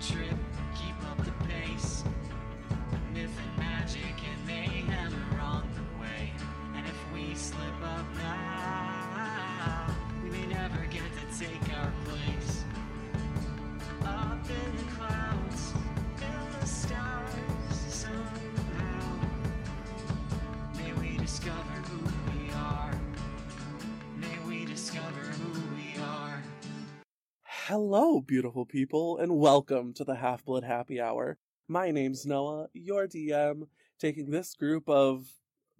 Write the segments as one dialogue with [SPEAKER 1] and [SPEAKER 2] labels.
[SPEAKER 1] trip, keep up the pace. Myth and magic and mayhem are on the way. And if we slip up now, we may never get to take our place. Up in the clouds, in the stars, somehow. May we discover who we are. May we discover who we are.
[SPEAKER 2] Hello, beautiful people, and welcome to the Half Blood Happy Hour. My name's Noah, your DM, taking this group of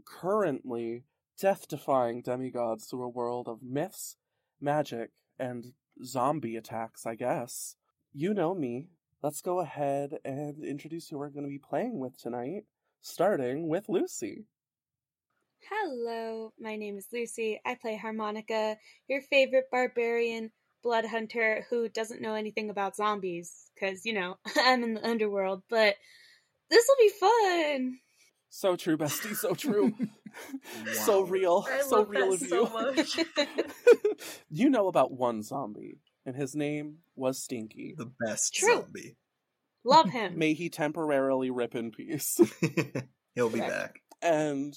[SPEAKER 2] currently death defying demigods through a world of myths, magic, and zombie attacks, I guess. You know me. Let's go ahead and introduce who we're going to be playing with tonight, starting with Lucy.
[SPEAKER 3] Hello, my name is Lucy. I play harmonica, your favorite barbarian blood hunter who doesn't know anything about zombies because, you know, I'm in the underworld, but this will be fun.
[SPEAKER 2] So true, bestie, so true. So real, so real of you. you know about one zombie, and his name was Stinky.
[SPEAKER 4] The best
[SPEAKER 3] True.
[SPEAKER 4] zombie.
[SPEAKER 3] Love him.
[SPEAKER 2] May he temporarily rip in peace.
[SPEAKER 4] He'll be
[SPEAKER 3] Correct.
[SPEAKER 4] back.
[SPEAKER 2] and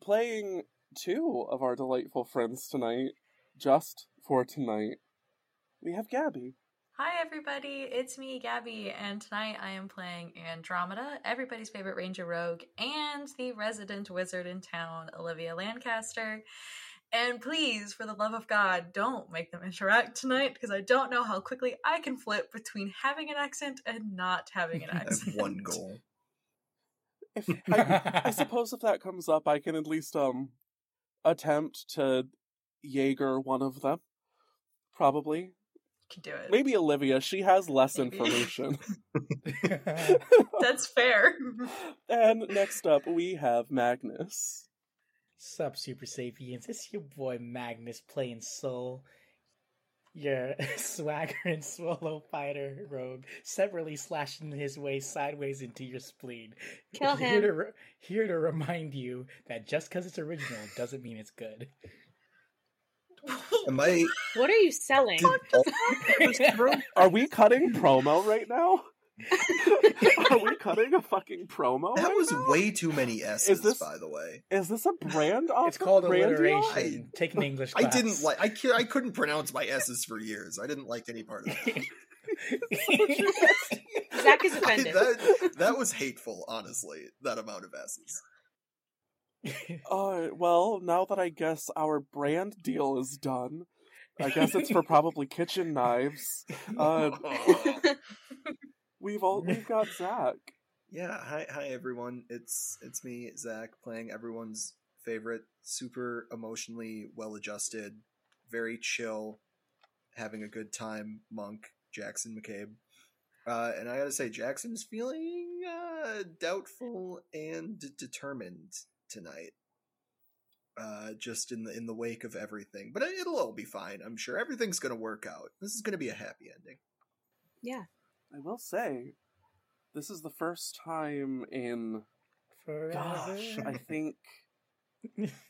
[SPEAKER 2] playing two of our delightful friends tonight, just for tonight, we have Gabby.
[SPEAKER 5] Hi, everybody. It's me, Gabby, and tonight I am playing Andromeda, everybody's favorite Ranger Rogue, and the resident wizard in town, Olivia Lancaster. And please, for the love of God, don't make them interact tonight because I don't know how quickly I can flip between having an accent and not having an
[SPEAKER 4] I have
[SPEAKER 5] accent.
[SPEAKER 4] one goal.
[SPEAKER 2] If I, I suppose if that comes up, I can at least um attempt to Jaeger one of them. Probably,
[SPEAKER 5] Can do it.
[SPEAKER 2] maybe Olivia. She has less
[SPEAKER 5] Maybe.
[SPEAKER 2] information.
[SPEAKER 5] That's fair.
[SPEAKER 2] and next up, we have Magnus.
[SPEAKER 6] Sup, Super Sapiens. It's your boy Magnus playing Soul, your swagger and swallow fighter rogue, separately slashing his way sideways into your spleen.
[SPEAKER 3] Kill
[SPEAKER 6] Here to,
[SPEAKER 3] him.
[SPEAKER 6] re- here to remind you that just because it's original doesn't mean it's good.
[SPEAKER 4] Am I
[SPEAKER 3] What are you selling?
[SPEAKER 4] did oh, all
[SPEAKER 2] Are we cutting promo right now? Are we cutting a fucking promo?
[SPEAKER 4] that
[SPEAKER 2] right
[SPEAKER 4] was
[SPEAKER 2] now?
[SPEAKER 4] way too many S's,
[SPEAKER 2] this-
[SPEAKER 4] by the way.
[SPEAKER 2] Is this a brand off?
[SPEAKER 6] it's called
[SPEAKER 2] of Brandy?
[SPEAKER 6] alliteration. Take an English
[SPEAKER 4] I
[SPEAKER 6] class.
[SPEAKER 4] didn't like I ca- I couldn't pronounce my S's for years. I didn't like any part of it.
[SPEAKER 3] Zach is offended.
[SPEAKER 4] that, that was hateful, honestly, that amount of S's.
[SPEAKER 2] Uh, well, now that I guess our brand deal is done, I guess it's for probably kitchen knives. Uh,
[SPEAKER 4] Oh.
[SPEAKER 2] we've all we've got Zach.
[SPEAKER 4] Yeah, hi hi everyone. It's it's me, Zach, playing everyone's favorite, super emotionally well adjusted, very chill, having a good time monk, Jackson McCabe. Uh, and I gotta say, Jackson's feeling uh, doubtful and determined tonight. Uh, just in the in the wake of everything, but it'll all be fine. I'm sure everything's gonna work out. This is gonna be a happy ending.
[SPEAKER 3] yeah.
[SPEAKER 2] I will say, this is the first time in
[SPEAKER 6] Forever.
[SPEAKER 2] gosh, I think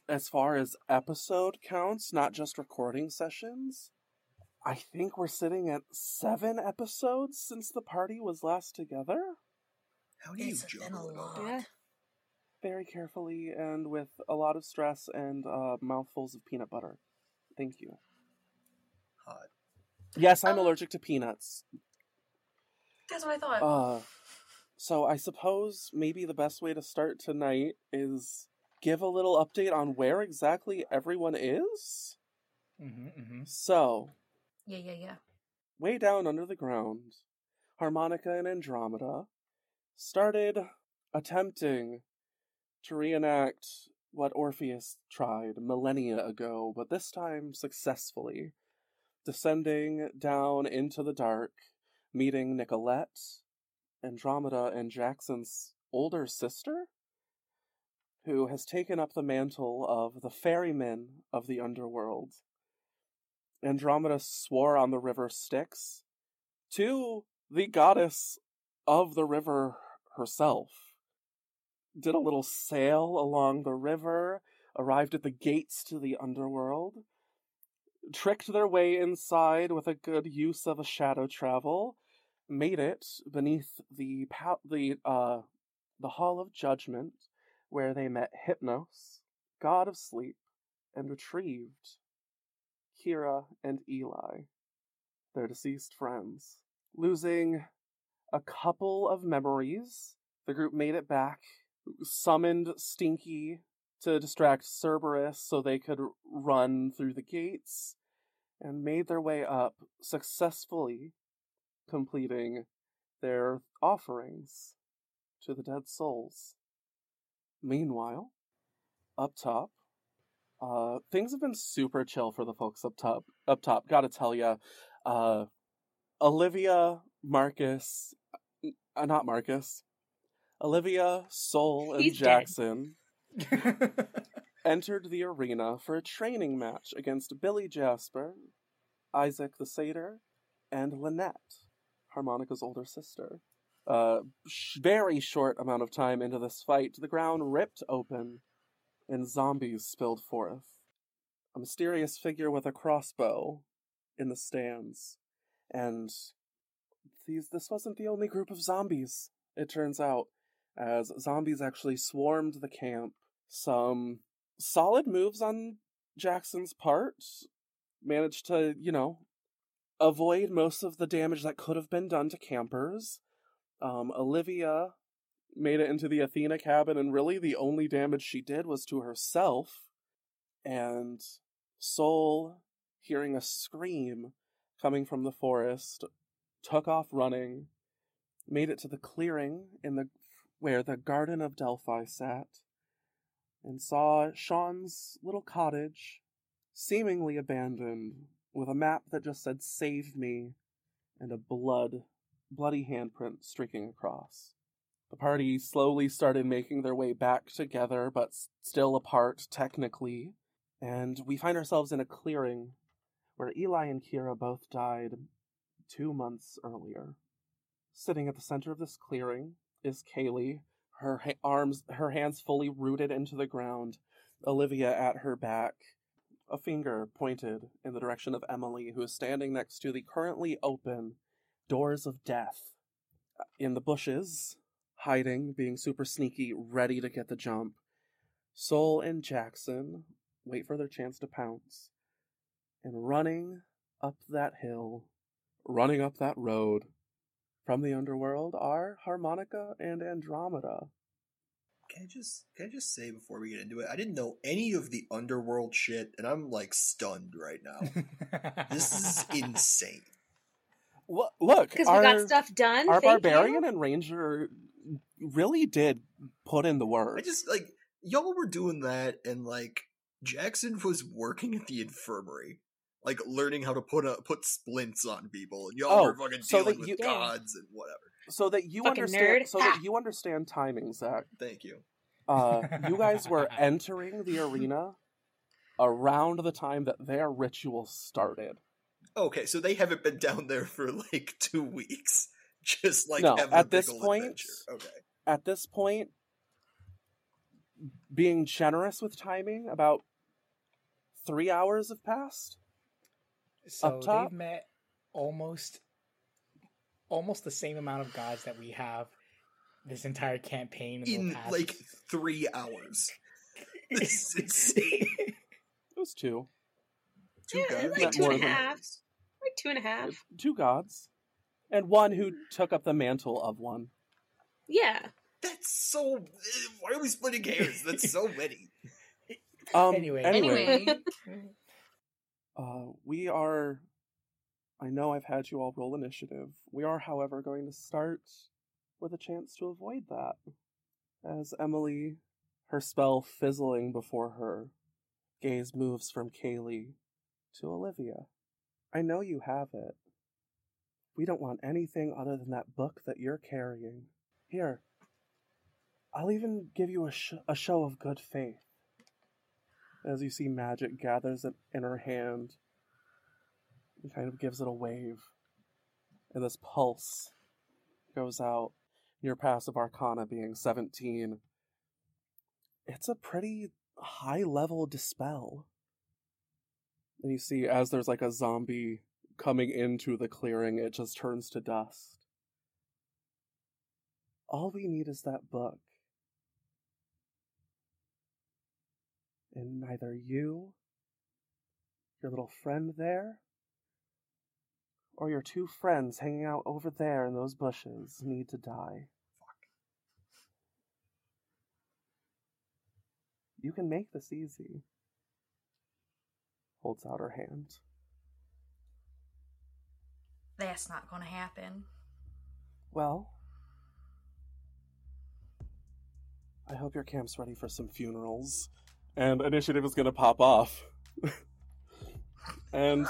[SPEAKER 2] as far as episode counts, not just recording sessions, I think we're sitting at seven episodes since the party was last together.
[SPEAKER 4] How do you
[SPEAKER 5] It's been a
[SPEAKER 4] juggle it all?
[SPEAKER 5] lot.
[SPEAKER 3] Yeah.
[SPEAKER 2] very carefully and with a lot of stress and uh, mouthfuls of peanut butter. Thank you.
[SPEAKER 4] Hot.
[SPEAKER 2] Yes, I'm
[SPEAKER 5] Uh,
[SPEAKER 2] allergic to peanuts.
[SPEAKER 5] That's what I thought.
[SPEAKER 2] Uh, so I suppose maybe the best way to start tonight is give a little update on where exactly everyone is.
[SPEAKER 6] hmm hmm
[SPEAKER 2] So,
[SPEAKER 5] yeah, yeah, yeah.
[SPEAKER 2] way down under the ground, Harmonica and Andromeda started attempting to reenact what Orpheus tried millennia ago, but this time successfully, descending down into the dark, meeting Nicolette, Andromeda, and Jackson's older sister, who has taken up the mantle of the ferryman of the underworld. Andromeda swore on the river Styx to the goddess of the river herself. Did a little sail along the river, arrived at the gates to the underworld, tricked their way inside with a good use of a shadow travel, made it beneath the pow- the uh, the Hall of Judgment, where they met Hypnos, God of Sleep, and retrieved Kira and Eli, their deceased friends. Losing a couple of memories, the group made it back, summoned Stinky to distract Cerberus so they could run through the gates, and made their way up, successfully completing their offerings to the dead souls. Meanwhile, up top, uh, things have been super chill for the folks up top. Up top, gotta tell ya, uh, Olivia, Marcus, uh, not Marcus, Olivia, Soul, and
[SPEAKER 3] He's dead.
[SPEAKER 2] Jackson
[SPEAKER 6] mm-hmm.
[SPEAKER 2] entered the arena for a training match against Billy Jasper, Isaac the Satyr, and Lynette, Harmonica's older sister. Uh, sh- very short amount of time into this fight, the ground ripped open and zombies spilled forth. A mysterious figure with a crossbow in the stands. And these, this wasn't the only group of zombies, it turns out, as zombies actually swarmed the camp some solid moves on Jackson's part. Managed to, you know, avoid most of the damage that could have been done to campers. Um, Olivia made it into the Athena cabin, and really the only damage she did was to herself. And Soul, hearing a scream coming from the forest, took off running, made it to the clearing in the where the Garden of Delphi sat, and saw Sean's little cottage, seemingly abandoned, with a map that just said "Save me," and a blood, bloody handprint streaking across. The party slowly started making their way back together, but s- still apart technically, and we find ourselves in a clearing where Eli and Kira both died two months earlier. Sitting at the center of this clearing is Kaylee, her ha- arms, her hands fully rooted into the ground, Olivia at her back, a finger pointed in the direction of Emily, who is standing next to the currently open doors of death uh, in the bushes, hiding, being super sneaky, ready to get the jump. Soul and Jackson wait for their chance to pounce, and running up that hill, running up that road, from the underworld are Harmonica and Andromeda.
[SPEAKER 4] Can I just can I just say before we get into it, I didn't know any of the underworld shit, and I'm like stunned right now. this is insane.
[SPEAKER 2] Lo- look,
[SPEAKER 3] Because we
[SPEAKER 2] our,
[SPEAKER 3] got stuff done.
[SPEAKER 2] our
[SPEAKER 3] thank you.
[SPEAKER 2] barbarian and ranger really did put in the work.
[SPEAKER 4] I just like y'all were doing that, and like Jackson was working at the infirmary, like learning how to put a, put splints on people, and y'all
[SPEAKER 2] Oh,
[SPEAKER 4] were fucking
[SPEAKER 2] so
[SPEAKER 4] dealing
[SPEAKER 2] that
[SPEAKER 4] with
[SPEAKER 2] you-
[SPEAKER 4] gods and whatever.
[SPEAKER 2] so that you
[SPEAKER 3] Fucking
[SPEAKER 2] understand,
[SPEAKER 3] nerd.
[SPEAKER 2] so that you understand timing, Zach.
[SPEAKER 4] Thank you.
[SPEAKER 2] Uh, you guys were entering the arena around the time that their ritual started.
[SPEAKER 4] Okay, so they haven't been down there for like two weeks, just like
[SPEAKER 2] No,
[SPEAKER 4] having a
[SPEAKER 2] at
[SPEAKER 4] big
[SPEAKER 2] this
[SPEAKER 4] ol'
[SPEAKER 2] point-
[SPEAKER 4] adventure. Okay.
[SPEAKER 2] At this point, being generous with timing, about three hours have passed.
[SPEAKER 6] so
[SPEAKER 2] up top.
[SPEAKER 6] they've met almost almost the same amount of gods that we have this entire campaign in, the
[SPEAKER 4] in
[SPEAKER 6] past.
[SPEAKER 4] like three hours. This is insane.
[SPEAKER 2] It was two,
[SPEAKER 4] Two
[SPEAKER 3] Yeah,
[SPEAKER 4] guys.
[SPEAKER 2] like two and a
[SPEAKER 3] half. Like two and a half.
[SPEAKER 2] two gods, and one who took up the mantle of one.
[SPEAKER 3] Yeah.
[SPEAKER 4] That's so. eh, Why are we splitting hairs? That's so many.
[SPEAKER 2] Um,
[SPEAKER 6] Anyway.
[SPEAKER 5] Anyway,
[SPEAKER 2] Uh, we are. I know I've had you all roll initiative. We are, however, going to start with a chance to avoid that. As Emily, her spell fizzling before her, gaze moves from Kaylee to Olivia. I know you have it. We don't want anything other than that book that you're carrying. Here, I'll even give you a, sh- a show of good faith. As you see, magic gathers it in her hand and kind of gives it a wave. And this pulse goes out. Your passive arcana being 17. It's a pretty high level dispel. And you see, as there's like a zombie coming into the clearing, it just turns to dust. All we need is that book. And neither you, your little friend there, or your two friends hanging out over there in those bushes need to die. You can make this easy. Holds out her hand.
[SPEAKER 5] That's not gonna happen.
[SPEAKER 2] Well, I hope your camp's ready for some funerals. And initiative is going to pop off. and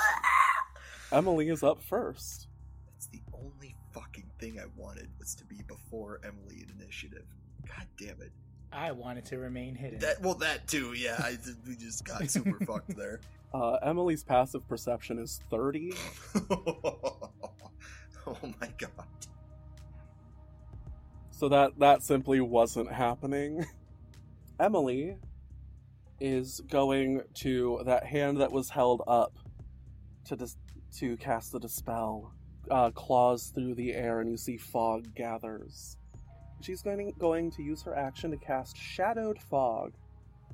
[SPEAKER 2] Emily is up first.
[SPEAKER 4] That's the only fucking thing I wanted was to be before Emily and initiative. God damn it.
[SPEAKER 6] I wanted to remain hidden.
[SPEAKER 4] That well, that too. Yeah, I, we just got super fucked there.
[SPEAKER 2] Uh, Emily's passive perception is 30.
[SPEAKER 4] oh my god.
[SPEAKER 2] So that that simply wasn't happening. Emily is going to that hand that was held up to dis- to cast the dispel. Uh, claws through the air, and you see fog gathers. She's going going to use her action to cast shadowed fog,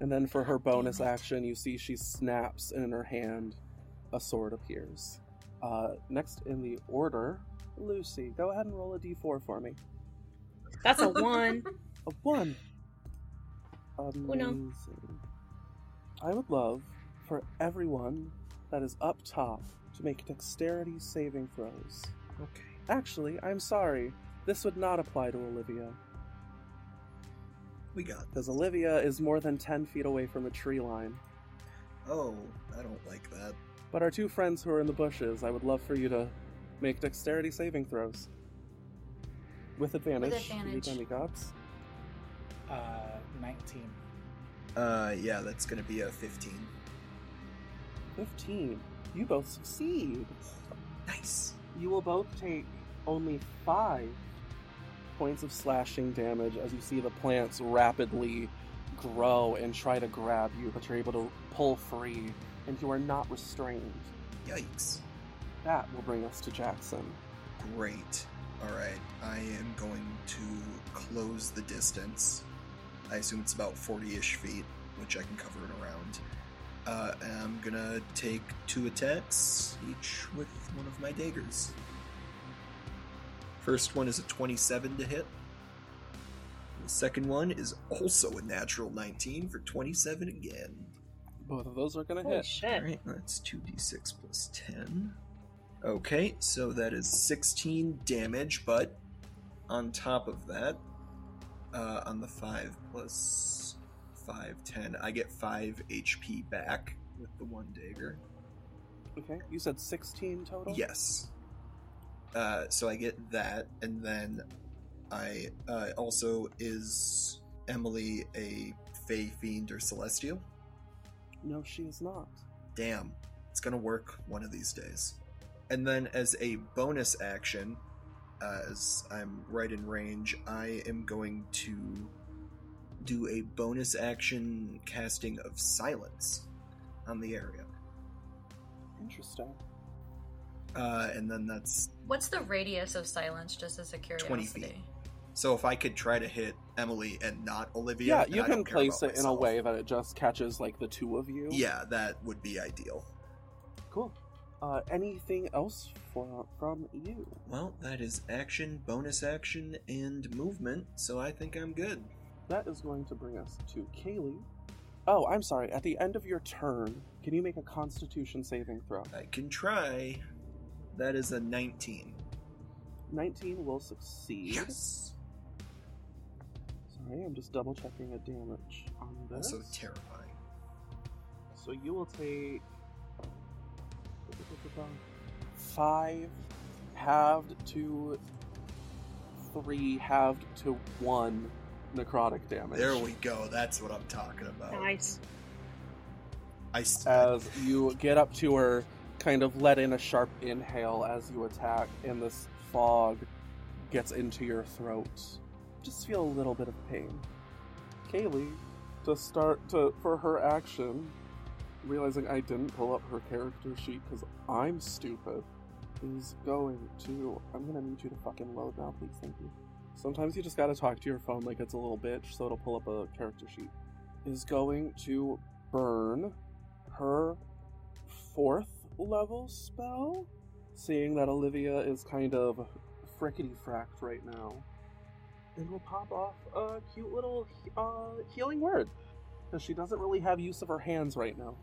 [SPEAKER 2] and then for her bonus
[SPEAKER 5] Damn it.
[SPEAKER 2] action, you see she snaps, and in her hand, a sword appears. Uh, next in the order, Lucy, go ahead and roll a d4 for me.
[SPEAKER 3] That's a one.
[SPEAKER 2] A one.
[SPEAKER 3] no.
[SPEAKER 2] Amazing. I would love for everyone that is up top to make dexterity saving throws.
[SPEAKER 4] Okay.
[SPEAKER 2] Actually, I'm sorry. This would not apply to Olivia,
[SPEAKER 4] We got.
[SPEAKER 2] because Olivia is more than 10 feet away from the tree line.
[SPEAKER 4] Oh, I don't like that.
[SPEAKER 2] But our two friends who are in the bushes, I would love for you to make dexterity saving throws. With advantage,
[SPEAKER 5] advantage.
[SPEAKER 2] you demigods.
[SPEAKER 6] Uh, 19.
[SPEAKER 4] Uh, yeah, that's gonna be a fifteen.
[SPEAKER 2] 15. You both succeed.
[SPEAKER 4] Nice.
[SPEAKER 2] You will both take only five points of slashing damage as you see the plants rapidly grow and try to grab you, but you're able to pull free, and you are not restrained.
[SPEAKER 4] Yikes.
[SPEAKER 2] That will bring us to Jackson.
[SPEAKER 4] Great. All right, I am going to close the distance. I assume it's about 40-ish feet, which I can cover in a round. Uh, and I'm gonna take two attacks, each with one of my daggers. First one is a 27 to hit. The second one is also a natural 19 for 27 again.
[SPEAKER 2] Both of those are gonna
[SPEAKER 3] Holy
[SPEAKER 2] hit.
[SPEAKER 3] shit.
[SPEAKER 4] Alright, that's 2d6 plus 10. Okay, so that is 16 damage, but on top of that, uh, on the 5 plus 5, 10, I get 5 HP back with the one dagger.
[SPEAKER 2] Okay, you said 16 total?
[SPEAKER 4] Yes. Uh, so I get that, and then I uh, also is Emily a Fey Fiend or Celestial?
[SPEAKER 2] No, she is not.
[SPEAKER 4] damn, it's gonna work one of these days. And then as a bonus action, uh, as I'm right in range, I am going to do a bonus action casting of silence on the area.
[SPEAKER 2] Interesting.
[SPEAKER 4] Uh, and then that's
[SPEAKER 5] What's the radius of silence, just as a curiosity?
[SPEAKER 4] feet. so if I could try to hit Emily and not Olivia.
[SPEAKER 2] Yeah,
[SPEAKER 4] then
[SPEAKER 2] you
[SPEAKER 4] I
[SPEAKER 2] can
[SPEAKER 4] don't care
[SPEAKER 2] place
[SPEAKER 4] about
[SPEAKER 2] it in a
[SPEAKER 4] myself.
[SPEAKER 2] way that it just catches like the two of you.
[SPEAKER 4] Yeah, that would be ideal.
[SPEAKER 2] Cool. Uh, anything else for, from you?
[SPEAKER 4] Well, that is action, bonus action, and movement, so I think I'm good.
[SPEAKER 2] That is going to bring us to Kaylee. Oh, I'm sorry. At the end of your turn, can you make a constitution saving throw?
[SPEAKER 4] I can try. That is a 19.
[SPEAKER 2] 19 will succeed. Sorry, I'm just double checking the damage on this.
[SPEAKER 4] Also terrifying.
[SPEAKER 2] So you will take. Five halved to three, halved to one necrotic damage.
[SPEAKER 4] There we go. That's what I'm talking about.
[SPEAKER 3] Nice.
[SPEAKER 4] I s-
[SPEAKER 2] as you get up to her, kind of let in a sharp inhale as you attack, and this fog gets into your throat. Just feel a little bit of pain. Kaylee, to start to for her action, realizing I didn't pull up her character sheet because I'm stupid, is going to. I'm gonna need you to fucking load now, please. Thank you. sometimes you just gotta talk to your phone like it's a little bitch so it'll pull up a character sheet, is going to burn her fourth level spell, seeing that Olivia is kind of frickety fracked right now. And will pop off a cute little uh, healing word, because she doesn't really have use of her hands right now.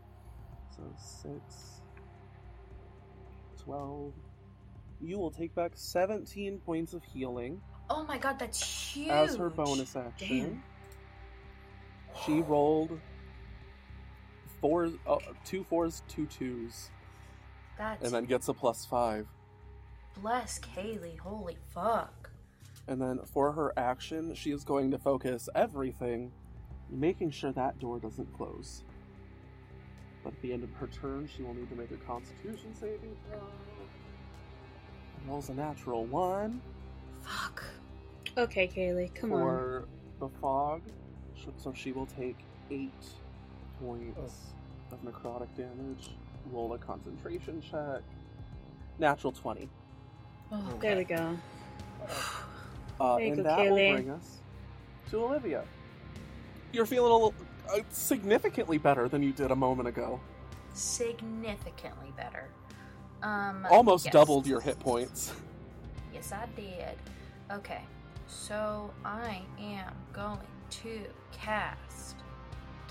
[SPEAKER 2] So, six, 12. You will take back 17 points of healing
[SPEAKER 5] Oh my god, that's huge.
[SPEAKER 2] as her bonus action. She rolled fours, uh, two fours, two twos,
[SPEAKER 5] That's
[SPEAKER 2] and then gets a plus five.
[SPEAKER 5] bless Kaylee. Holy fuck.
[SPEAKER 2] And then for her action, she is going to focus everything, making sure that door doesn't close. But at the end of her turn, she will need to make a Constitution saving throw. Rolls a natural one.
[SPEAKER 5] Fuck.
[SPEAKER 3] Okay, Kaylee, come on.
[SPEAKER 2] for the fog, sh- so she will take eight points of necrotic damage. Roll a concentration check. Natural 20.
[SPEAKER 5] Oh,
[SPEAKER 3] There we go.
[SPEAKER 2] Uh,
[SPEAKER 3] There you
[SPEAKER 2] and
[SPEAKER 3] go,
[SPEAKER 2] that
[SPEAKER 3] Kaylee.
[SPEAKER 2] will bring us to Olivia. You're feeling a little, uh, significantly better than you did a moment ago.
[SPEAKER 5] significantly better. Um,
[SPEAKER 2] Almost
[SPEAKER 5] yes.
[SPEAKER 2] doubled your hit points.
[SPEAKER 5] Yes, I did. Okay, so I am going to cast.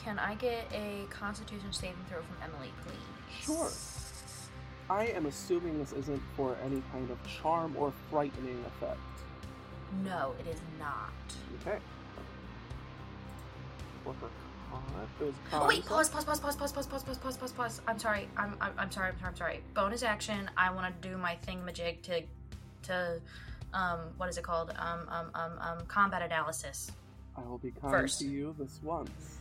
[SPEAKER 5] Can I get a Constitution saving throw from Emily, please?
[SPEAKER 2] Sure. I am assuming this isn't for any kind of charm or frightening effect.
[SPEAKER 5] No, it is not.
[SPEAKER 2] Okay. For her con, it was
[SPEAKER 5] Oh wait,
[SPEAKER 2] con-
[SPEAKER 5] pause, pause, pause, pause, pause, pause, pause, pause, pause, pause, pause. I'm sorry. I'm, I'm, I'm sorry. I'm sorry. I'm sorry. Bonus action. I want to do my thingamajig to, to, um, what is it called? Um, um, um, um, combat analysis.
[SPEAKER 2] I will be kind
[SPEAKER 5] First.
[SPEAKER 2] to you this once.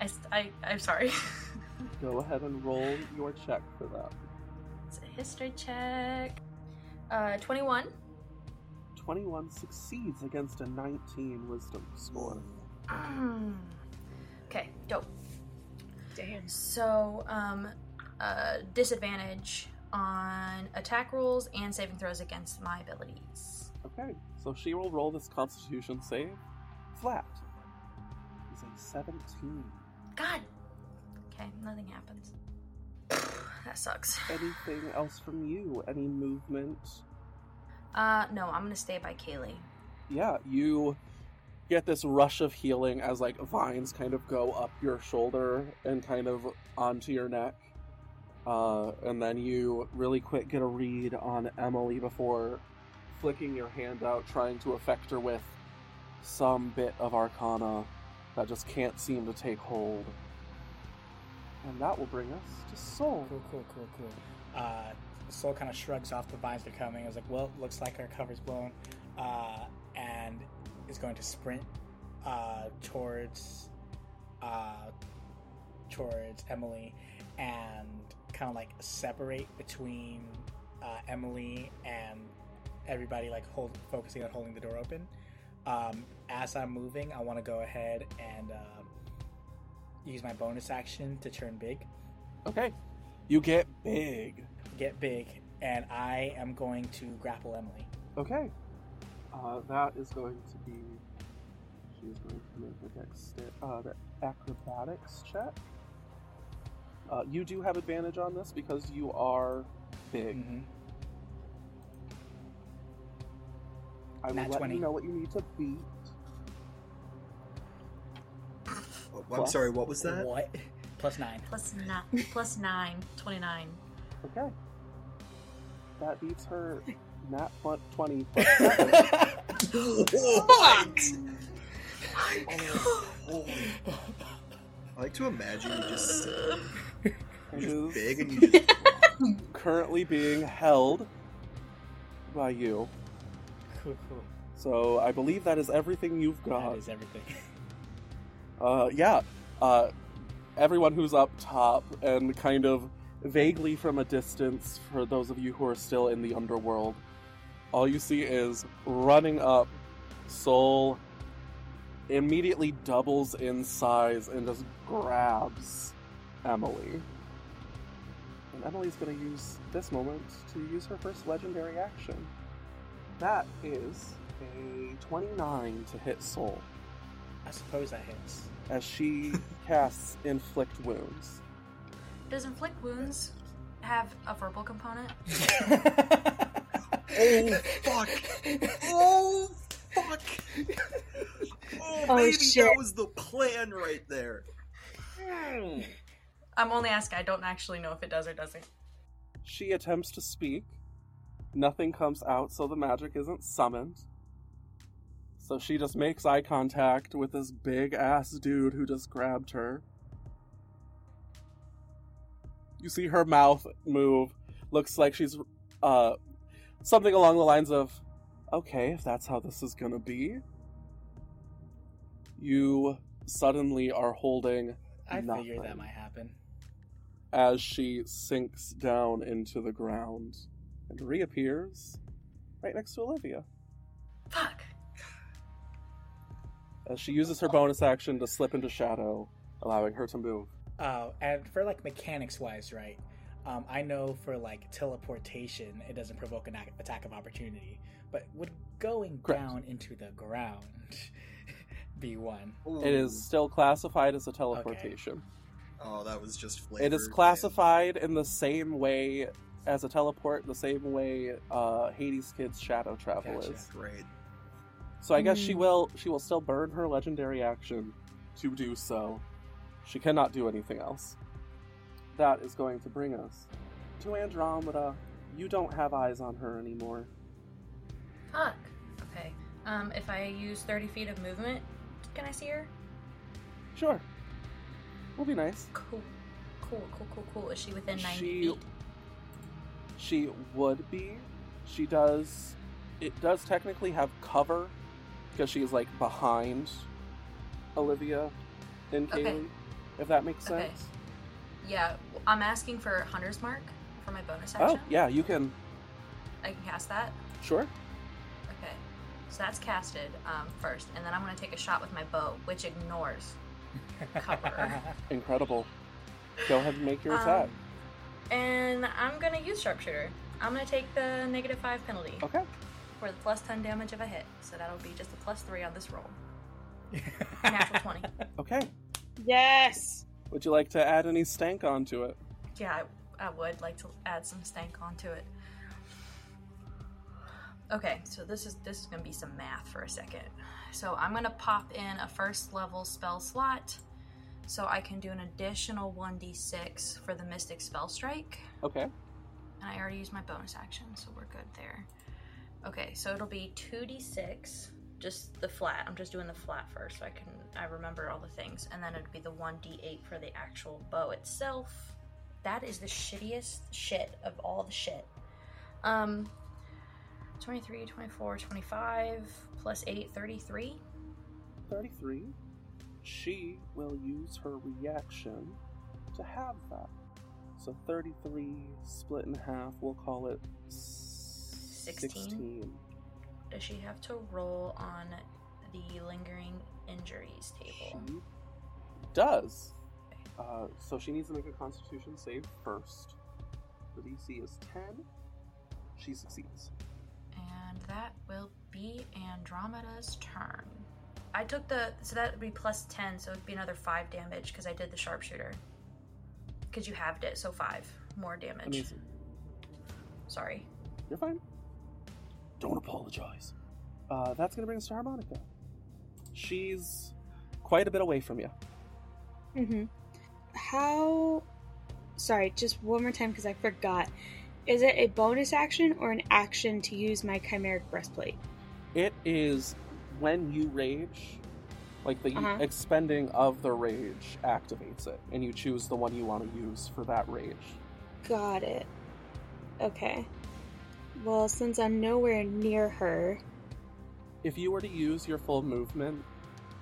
[SPEAKER 5] I, s- I, am sorry.
[SPEAKER 2] Go ahead and roll your check for that.
[SPEAKER 5] it's a history check. Uh, 21.
[SPEAKER 2] 21 succeeds against a 19 wisdom score.
[SPEAKER 5] Mm. Okay, dope.
[SPEAKER 3] Damn.
[SPEAKER 5] So, um, uh, disadvantage on attack rolls and saving throws against my abilities.
[SPEAKER 2] Okay, so she will roll this constitution save flat. It's a 17.
[SPEAKER 5] God. Okay, nothing happens. that sucks.
[SPEAKER 2] Anything else from you? Any movement?
[SPEAKER 5] Uh, no, I'm gonna stay by Kaylee.
[SPEAKER 2] Yeah, you get this rush of healing as like vines kind of go up your shoulder and kind of onto your neck. Uh, and then you really quick get a read on Emily before flicking your hand out, trying to affect her with some bit of arcana that just can't seem to take hold. And that will bring us to Soul.
[SPEAKER 6] Cool, cool, cool, cool. Uh, Soul kind of shrugs off the vines that are coming. I was like, well, looks like our cover's blown. Uh, and is going to sprint uh, towards uh, towards Emily and kind of like separate between uh, Emily and everybody, like hold, focusing on holding the door open. Um, as I'm moving, I want to go ahead and um use my bonus action to turn big
[SPEAKER 2] Okay, you get big.
[SPEAKER 6] get big, and I am going to grapple Emily.
[SPEAKER 2] Okay. Uh, that is going to be. She's going to make a dex, uh, the acrobatics check. Uh, you do have advantage on this because you are big.
[SPEAKER 6] Mm-hmm.
[SPEAKER 2] I will
[SPEAKER 6] Nat
[SPEAKER 2] let
[SPEAKER 6] 20.
[SPEAKER 2] you know what you need to beat.
[SPEAKER 4] Oh, I'm
[SPEAKER 2] Plus.
[SPEAKER 4] sorry, what was that?
[SPEAKER 6] What? Plus nine.
[SPEAKER 5] Plus nine. plus nine. 29.
[SPEAKER 2] Okay. That beats her nat one- 20 plus 7.
[SPEAKER 4] What? I like to imagine you just
[SPEAKER 2] It
[SPEAKER 4] you're
[SPEAKER 2] is
[SPEAKER 4] just big and you just
[SPEAKER 2] currently being held by you.
[SPEAKER 6] Cool, cool.
[SPEAKER 2] So I believe that is everything you've got.
[SPEAKER 6] That is everything.
[SPEAKER 2] Uh, yeah. Uh, everyone who's up top and kind of vaguely from a distance, for those of you who are still in the underworld, all you see is running up. Soul immediately doubles in size and just grabs Emily. And Emily's going to use this moment to use her first legendary action. That is a 29 to hit Soul
[SPEAKER 6] I suppose that hits.
[SPEAKER 2] as she casts Inflict Wounds.
[SPEAKER 5] Does inflict wounds have a verbal component?
[SPEAKER 4] Oh, fuck. Oh, fuck. Oh,
[SPEAKER 3] Oh,
[SPEAKER 4] maybe
[SPEAKER 3] shit.
[SPEAKER 4] that was the plan right there.
[SPEAKER 2] Hmm.
[SPEAKER 5] I'm only asking. I don't actually know if it does or doesn't.
[SPEAKER 2] She attempts to speak. Nothing comes out, so the magic isn't summoned. So she just makes eye contact with this big ass dude who just grabbed her. You see her mouth move. Looks like she's, uh, something along the lines of, okay, if that's how this is gonna be. You suddenly are holding
[SPEAKER 6] I figured
[SPEAKER 2] Nothing.
[SPEAKER 6] that might happen.
[SPEAKER 2] as she sinks down into the ground and reappears right next to Olivia
[SPEAKER 5] Fuck.
[SPEAKER 2] as she uses her bonus action to slip into shadow, allowing her to move.
[SPEAKER 6] Oh, and for like mechanics wise, right? Um, I know for like teleportation, it doesn't provoke an ac- attack of opportunity, but would going
[SPEAKER 2] Correct.
[SPEAKER 6] down into the ground be one?
[SPEAKER 4] Ooh.
[SPEAKER 2] It is still classified as a teleportation.
[SPEAKER 4] Oh, that was just flavor.
[SPEAKER 2] It is classified in the same way as a teleport, the same way uh, Hades Kid's shadow travel
[SPEAKER 6] Gotcha.
[SPEAKER 2] is.
[SPEAKER 4] Great.
[SPEAKER 2] So I guess she
[SPEAKER 3] Hmm.
[SPEAKER 2] will she will still burn her legendary action to do so. She cannot do anything else. That is going to bring us to Andromeda. You don't have eyes on her anymore.
[SPEAKER 5] Fuck. Okay. Um, if I use 30 feet of movement, can I see her?
[SPEAKER 2] Sure. Will be nice.
[SPEAKER 5] Cool. Cool, cool, cool, cool. Is she within 90
[SPEAKER 2] She-
[SPEAKER 5] feet?
[SPEAKER 2] She would be. She does it does technically have cover because she is like behind Olivia and
[SPEAKER 5] Okay.
[SPEAKER 2] Kaylee. If that makes
[SPEAKER 5] Okay.
[SPEAKER 2] sense.
[SPEAKER 5] Yeah, I'm asking for Hunter's Mark for my bonus action.
[SPEAKER 2] Oh, yeah, you can
[SPEAKER 5] I can cast that.
[SPEAKER 2] sure.
[SPEAKER 5] Okay. So that's casted um, first, and then I'm going to take a shot with my bow, which ignores. Cover.
[SPEAKER 2] Incredible. Go ahead and make your
[SPEAKER 5] Um,
[SPEAKER 2] attack.
[SPEAKER 5] And I'm going to use Sharpshooter. I'm going to take the negative 5 penalty
[SPEAKER 2] Okay.
[SPEAKER 5] for the plus 10 damage of a hit. So that'll be just a plus 3 on this roll. Natural 20.
[SPEAKER 2] Okay.
[SPEAKER 3] Yes.
[SPEAKER 2] Would you like to add any stank onto it?
[SPEAKER 5] Yeah, I, I would like to add some stank onto it. Okay, so this is this is gonna be some math for a second. So I'm gonna pop in a first level spell slot, so I can do an additional one d six for the Mystic Spell Strike,
[SPEAKER 2] Okay.
[SPEAKER 5] and I already used my bonus action, so we're good there. Okay, so it'll be two d six, just the flat. I'm just doing the flat first, so I can I remember all the things, and then it'd be the one d eight for the actual bow itself. That is the shittiest shit of all the shit. Um 23, 24, 25 plus 8, 33.
[SPEAKER 2] 33. She will use her reaction to have that. So 33 split in half, we'll call it s-
[SPEAKER 5] 16.
[SPEAKER 2] 16.
[SPEAKER 5] Does she have to roll on the lingering injuries
[SPEAKER 2] She
[SPEAKER 5] table?
[SPEAKER 2] does. Uh, so she needs to make a constitution save first. The DC is 10. She succeeds.
[SPEAKER 5] And that will be Andromeda's turn. I took the so that would be plus 10, so it'd be another 5 damage because I did the sharpshooter. Cuz you halved it, so 5 more damage.
[SPEAKER 2] Amazing.
[SPEAKER 5] Sorry.
[SPEAKER 2] You're fine. Don't apologize. Uh, that's gonna bring us to Harmonica. She's quite a bit away from you.
[SPEAKER 3] Mm-hmm. How? Sorry, just one more time because I forgot. Is it a bonus action or an action to use my chimeric breastplate?
[SPEAKER 2] It is when you rage, like the
[SPEAKER 3] Uh-huh.
[SPEAKER 2] expending of the rage activates it, and you choose the one you want to use for that rage.
[SPEAKER 3] Got it. Okay. Well, since I'm nowhere near her,
[SPEAKER 2] If you were to use your full movement,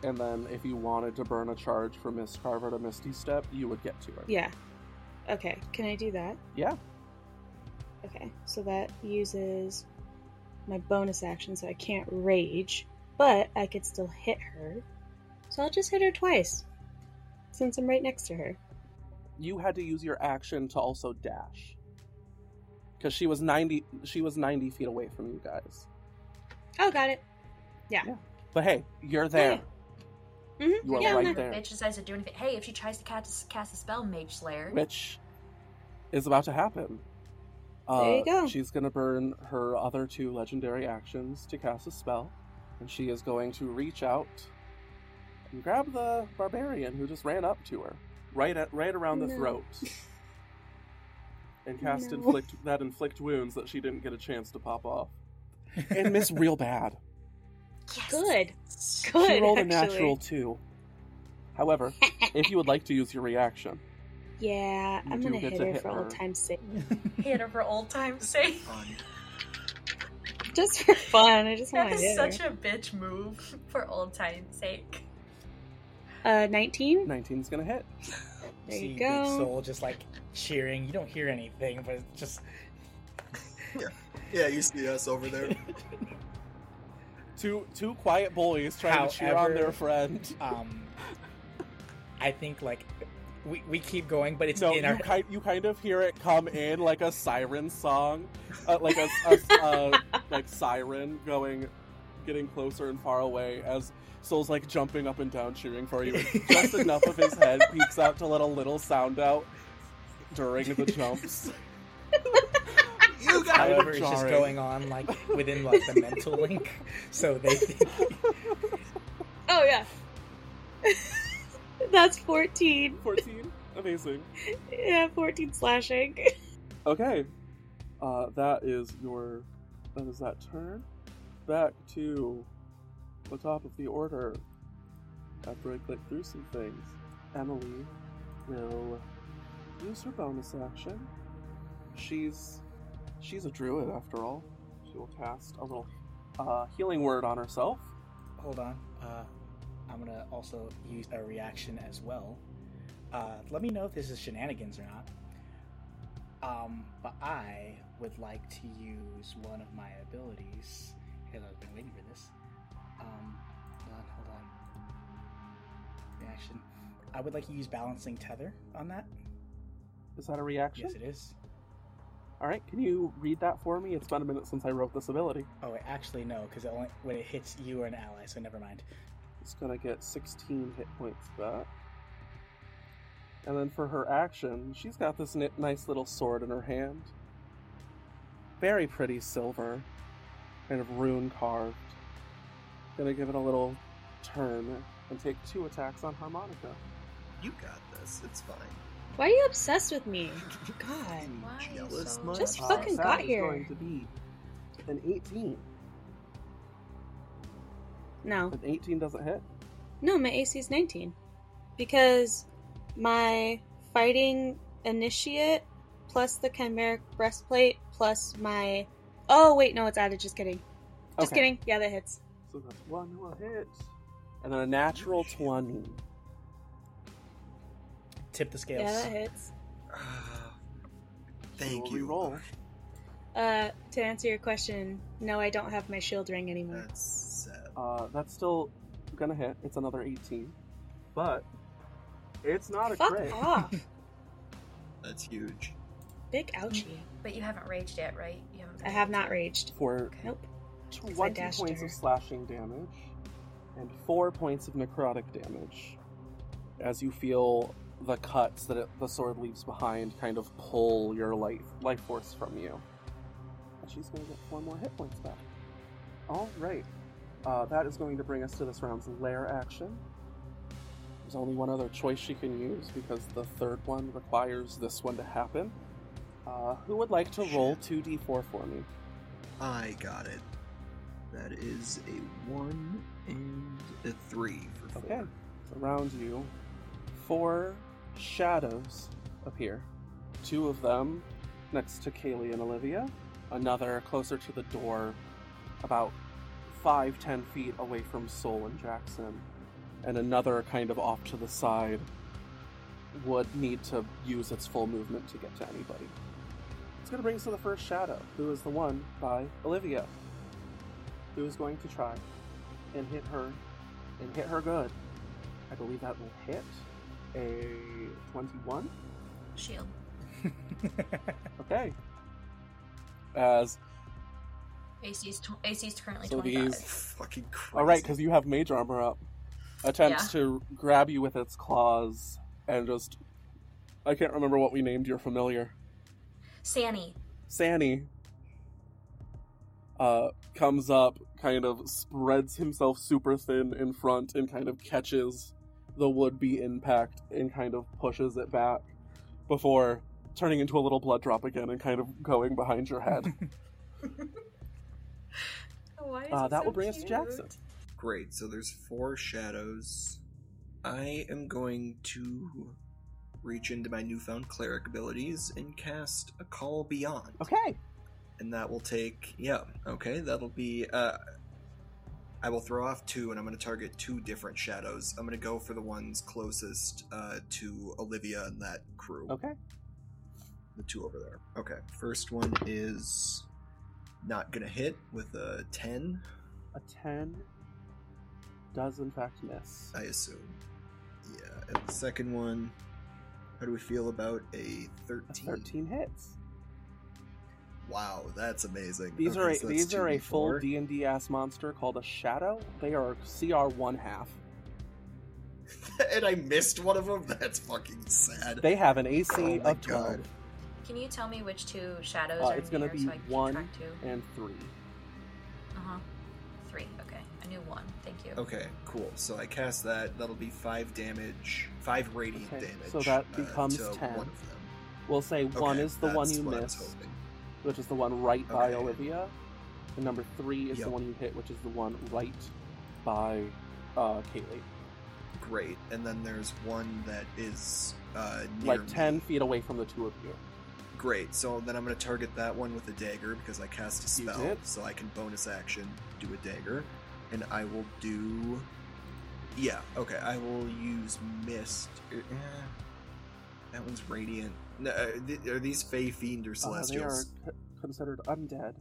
[SPEAKER 2] and then if you wanted to burn a charge from Miss Carver to Misty Step, you would get to her.
[SPEAKER 3] yeah. Okay, can I do that?
[SPEAKER 2] Yeah.
[SPEAKER 3] Okay, so that uses my bonus action, so I can't rage, but I could still hit her. So I'll just hit her twice, since I'm right next to her.
[SPEAKER 2] You had to use your action to also dash, because she was ninety. She was ninety feet away from you guys.
[SPEAKER 3] Oh, got it. Yeah.
[SPEAKER 2] But hey, you're there.
[SPEAKER 3] Mhm.
[SPEAKER 2] You are
[SPEAKER 3] Yeah,
[SPEAKER 2] right
[SPEAKER 3] no.
[SPEAKER 2] there.
[SPEAKER 5] Bitch decides to do anything. Hey, if she tries to cast, cast a spell, Mage Slayer.
[SPEAKER 2] which is about to happen.
[SPEAKER 3] There
[SPEAKER 2] Uh,
[SPEAKER 3] you go.
[SPEAKER 2] She's going to burn her other two legendary actions to cast a spell, and she is going to reach out and grab the barbarian who just ran up to her, right at right around the
[SPEAKER 3] No.
[SPEAKER 2] throat, and cast
[SPEAKER 3] No.
[SPEAKER 2] inflict that inflict wounds that she didn't get a chance to pop off, and miss real bad.
[SPEAKER 5] Yes.
[SPEAKER 3] Good.
[SPEAKER 2] she
[SPEAKER 3] Good.
[SPEAKER 2] rolled a natural
[SPEAKER 3] actually.
[SPEAKER 2] two. However, if you would like to use your reaction,
[SPEAKER 3] yeah,
[SPEAKER 2] You
[SPEAKER 3] I'm
[SPEAKER 2] do
[SPEAKER 3] gonna
[SPEAKER 2] get
[SPEAKER 3] hit
[SPEAKER 2] to
[SPEAKER 3] her
[SPEAKER 2] hit
[SPEAKER 3] for
[SPEAKER 2] her.
[SPEAKER 3] old time's sake.
[SPEAKER 5] Hit her for old time's sake.
[SPEAKER 4] Fun.
[SPEAKER 3] Just for fun. I just want
[SPEAKER 5] That
[SPEAKER 3] to
[SPEAKER 5] is
[SPEAKER 3] hit
[SPEAKER 5] such
[SPEAKER 3] her.
[SPEAKER 5] a bitch move for old time's sake.
[SPEAKER 3] Uh, 19?
[SPEAKER 2] 19's going to hit.
[SPEAKER 3] There
[SPEAKER 6] See
[SPEAKER 3] you
[SPEAKER 6] Big
[SPEAKER 3] go.
[SPEAKER 6] Soul just like cheering. You don't hear anything, but it's just
[SPEAKER 4] Yeah, you see us over there.
[SPEAKER 2] Two two quiet bullies trying to cheer on
[SPEAKER 6] However-
[SPEAKER 2] their friend.
[SPEAKER 6] um. I think like we, we keep going, but it's
[SPEAKER 2] No,
[SPEAKER 6] in
[SPEAKER 2] you
[SPEAKER 6] our
[SPEAKER 2] kind you kind of hear it come in like a siren song, uh, like a, a- uh, like siren going, getting closer and far away as Soul's like jumping up and down cheering for you. And just enough of his head peeks out to let a little sound out during the jumps.
[SPEAKER 4] You
[SPEAKER 2] Kind
[SPEAKER 4] got
[SPEAKER 2] of
[SPEAKER 6] However, it's just
[SPEAKER 2] jarring.
[SPEAKER 6] going on like within like the mental link, so they think
[SPEAKER 3] Oh, yeah. That's 14.
[SPEAKER 2] Fourteen, amazing.
[SPEAKER 3] Yeah, 14 slashing.
[SPEAKER 2] Okay, uh, that is your that is that turn. Back to the top of the order. After I click through some things, Emily will use her bonus action. She's she's a druid after all. She will cast a little uh, healing word on herself.
[SPEAKER 6] Hold on. Uh, I'm gonna also use a reaction as well. Uh, let me know if this is shenanigans or not. Um, but I would like to use one of my abilities. Hello, I've been waiting for this. Um, hold on, hold on. Reaction. I would like to use balancing tether on that.
[SPEAKER 2] Is that a reaction?
[SPEAKER 6] Yes, it is.
[SPEAKER 2] All right. Can you read that for me? It's been a minute since I wrote this ability.
[SPEAKER 6] Oh, wait, actually no, because only when it hits you or an ally, so never mind.
[SPEAKER 2] It's gonna get 16 hit points back. And then for her action, she's got this ni- nice little sword in her hand. Very pretty silver, kind of rune carved. Gonna give it a little turn and take two attacks on harmonica.
[SPEAKER 4] You got this. It's fine.
[SPEAKER 3] Why are you obsessed with me? God.
[SPEAKER 4] You
[SPEAKER 5] Why are you
[SPEAKER 4] jealous
[SPEAKER 5] so
[SPEAKER 4] much?
[SPEAKER 3] Just
[SPEAKER 2] Uh,
[SPEAKER 3] fucking
[SPEAKER 2] that
[SPEAKER 3] got
[SPEAKER 2] is
[SPEAKER 3] here.
[SPEAKER 2] going to be an 18.
[SPEAKER 3] No.
[SPEAKER 2] An 18 doesn't hit.
[SPEAKER 3] No, my AC is 19. Because my fighting initiate plus the chimeric breastplate plus my. Oh, wait, no, it's added. Just kidding. Just
[SPEAKER 2] Okay.
[SPEAKER 3] kidding. Yeah, that hits.
[SPEAKER 2] So that's one will hit. And then a natural 20.
[SPEAKER 6] Tip the scales.
[SPEAKER 3] Yeah, that hits.
[SPEAKER 4] Ah, Thank
[SPEAKER 2] We'll
[SPEAKER 4] you.
[SPEAKER 2] re-roll.
[SPEAKER 3] Uh, to answer your question, no, I don't have my shield ring anymore.
[SPEAKER 4] That's sad.
[SPEAKER 2] Uh, that's still gonna hit. It's another 18. But it's not a
[SPEAKER 3] Fuck
[SPEAKER 2] crit.
[SPEAKER 3] off.
[SPEAKER 4] That's huge.
[SPEAKER 3] Big ouchie.
[SPEAKER 5] But you haven't raged yet, right? You haven't
[SPEAKER 3] I
[SPEAKER 5] been
[SPEAKER 3] have
[SPEAKER 5] able
[SPEAKER 3] not
[SPEAKER 5] to.
[SPEAKER 3] raged.
[SPEAKER 2] For
[SPEAKER 5] Okay.
[SPEAKER 3] Nope.
[SPEAKER 2] 20
[SPEAKER 3] dashed
[SPEAKER 2] points
[SPEAKER 3] her.
[SPEAKER 2] of slashing damage and 4 points of necrotic damage. As you feel the cuts that it, the sword leaves behind kind of pull your life, life force from you. And she's gonna get 4 more hit points back. Alright. Uh, that is going to bring us to this round's lair action. There's only one other choice she can use because the third one requires this one to happen. Uh, who would like to roll 2d4 for me?
[SPEAKER 4] I got it. That is a one and a three for four.
[SPEAKER 2] Okay. Around you, four shadows appear. Two of them next to Kaylee and Olivia, another closer to the door, about five, ten feet away from Soul and Jackson, and another kind of off to the side. Would need to use its full movement to get to anybody. It's going to bring us to the first shadow, who is the one by Olivia, who is going to try and hit her and hit her good. I believe that will hit a 21.
[SPEAKER 5] Shield.
[SPEAKER 2] Okay. As
[SPEAKER 5] AC's tw- AC's currently
[SPEAKER 2] So
[SPEAKER 5] twenty five.
[SPEAKER 2] these-
[SPEAKER 4] Fucking crazy.
[SPEAKER 2] All right, because you have mage armor up. Attempts to grab you with its claws and just. I can't remember what we named your familiar.
[SPEAKER 5] Sanny.
[SPEAKER 2] Sanny uh, comes up, kind of spreads himself super thin in front, and kind of catches the would be impact and kind of pushes it back before turning into a little blood drop again and kind of going behind your head.
[SPEAKER 5] Why is
[SPEAKER 2] Uh,
[SPEAKER 5] it
[SPEAKER 2] that
[SPEAKER 5] so
[SPEAKER 2] will bring us to
[SPEAKER 5] cute?
[SPEAKER 2] Jackson.
[SPEAKER 4] Great. So there's four shadows. I am going to reach into my newfound cleric abilities and cast a call beyond.
[SPEAKER 2] Okay.
[SPEAKER 4] And that will take yeah, okay, that'll be uh I will throw off two and I'm gonna target two different shadows. I'm gonna go for the ones closest uh to Olivia and that crew.
[SPEAKER 2] Okay.
[SPEAKER 4] The two over there. Okay. First one is not gonna hit with a ten,
[SPEAKER 2] A 10 does, in fact, miss.
[SPEAKER 4] I assume. Yeah, and the second one how do we feel about a
[SPEAKER 2] A
[SPEAKER 4] thirteen?
[SPEAKER 2] 13 hits.
[SPEAKER 4] Wow, that's amazing.
[SPEAKER 2] These
[SPEAKER 4] Okay,
[SPEAKER 2] are a,
[SPEAKER 4] so that's
[SPEAKER 2] these are a full
[SPEAKER 4] 2d4.
[SPEAKER 2] D and D ass monster called a shadow. They are CR one half.
[SPEAKER 4] and I missed one of them. That's fucking sad.
[SPEAKER 2] They have an AC
[SPEAKER 4] Oh my
[SPEAKER 2] of twelve
[SPEAKER 4] God.
[SPEAKER 5] Can you tell me which two shadows
[SPEAKER 2] Uh,
[SPEAKER 5] are
[SPEAKER 2] it's
[SPEAKER 5] near
[SPEAKER 2] gonna be
[SPEAKER 5] so I can keep
[SPEAKER 2] one.
[SPEAKER 5] track too?
[SPEAKER 2] and three.
[SPEAKER 5] Uh huh. Three. Okay, I knew one. Thank you.
[SPEAKER 4] Okay, cool. So I cast that. That'll be five damage, five radiant
[SPEAKER 2] Okay,
[SPEAKER 4] damage.
[SPEAKER 2] so that
[SPEAKER 4] uh,
[SPEAKER 2] becomes
[SPEAKER 4] to
[SPEAKER 2] 10.
[SPEAKER 4] One of them.
[SPEAKER 2] We'll say one
[SPEAKER 4] Okay,
[SPEAKER 2] is the one
[SPEAKER 4] that's
[SPEAKER 2] you
[SPEAKER 4] what I was
[SPEAKER 2] miss,
[SPEAKER 4] hoping.
[SPEAKER 2] which is the one right by
[SPEAKER 4] Okay.
[SPEAKER 2] Olivia, and number three is
[SPEAKER 4] Yep.
[SPEAKER 2] the one you hit, which is the one right by uh, Kaylee,
[SPEAKER 4] Great. And then there's one that is uh, near
[SPEAKER 2] like ten
[SPEAKER 4] me.
[SPEAKER 2] feet away from the two of you. Uh,
[SPEAKER 4] Great. So then I'm going to target that one with a dagger because I cast a
[SPEAKER 2] You
[SPEAKER 4] spell,
[SPEAKER 2] did.
[SPEAKER 4] so I can bonus action do a dagger, and I will do. Yeah. Okay. I will use mist. eh, That one's radiant. No, uh, th- are these fey fiend
[SPEAKER 2] Uh, they
[SPEAKER 4] or
[SPEAKER 2] are
[SPEAKER 4] celestials?
[SPEAKER 2] c- considered undead.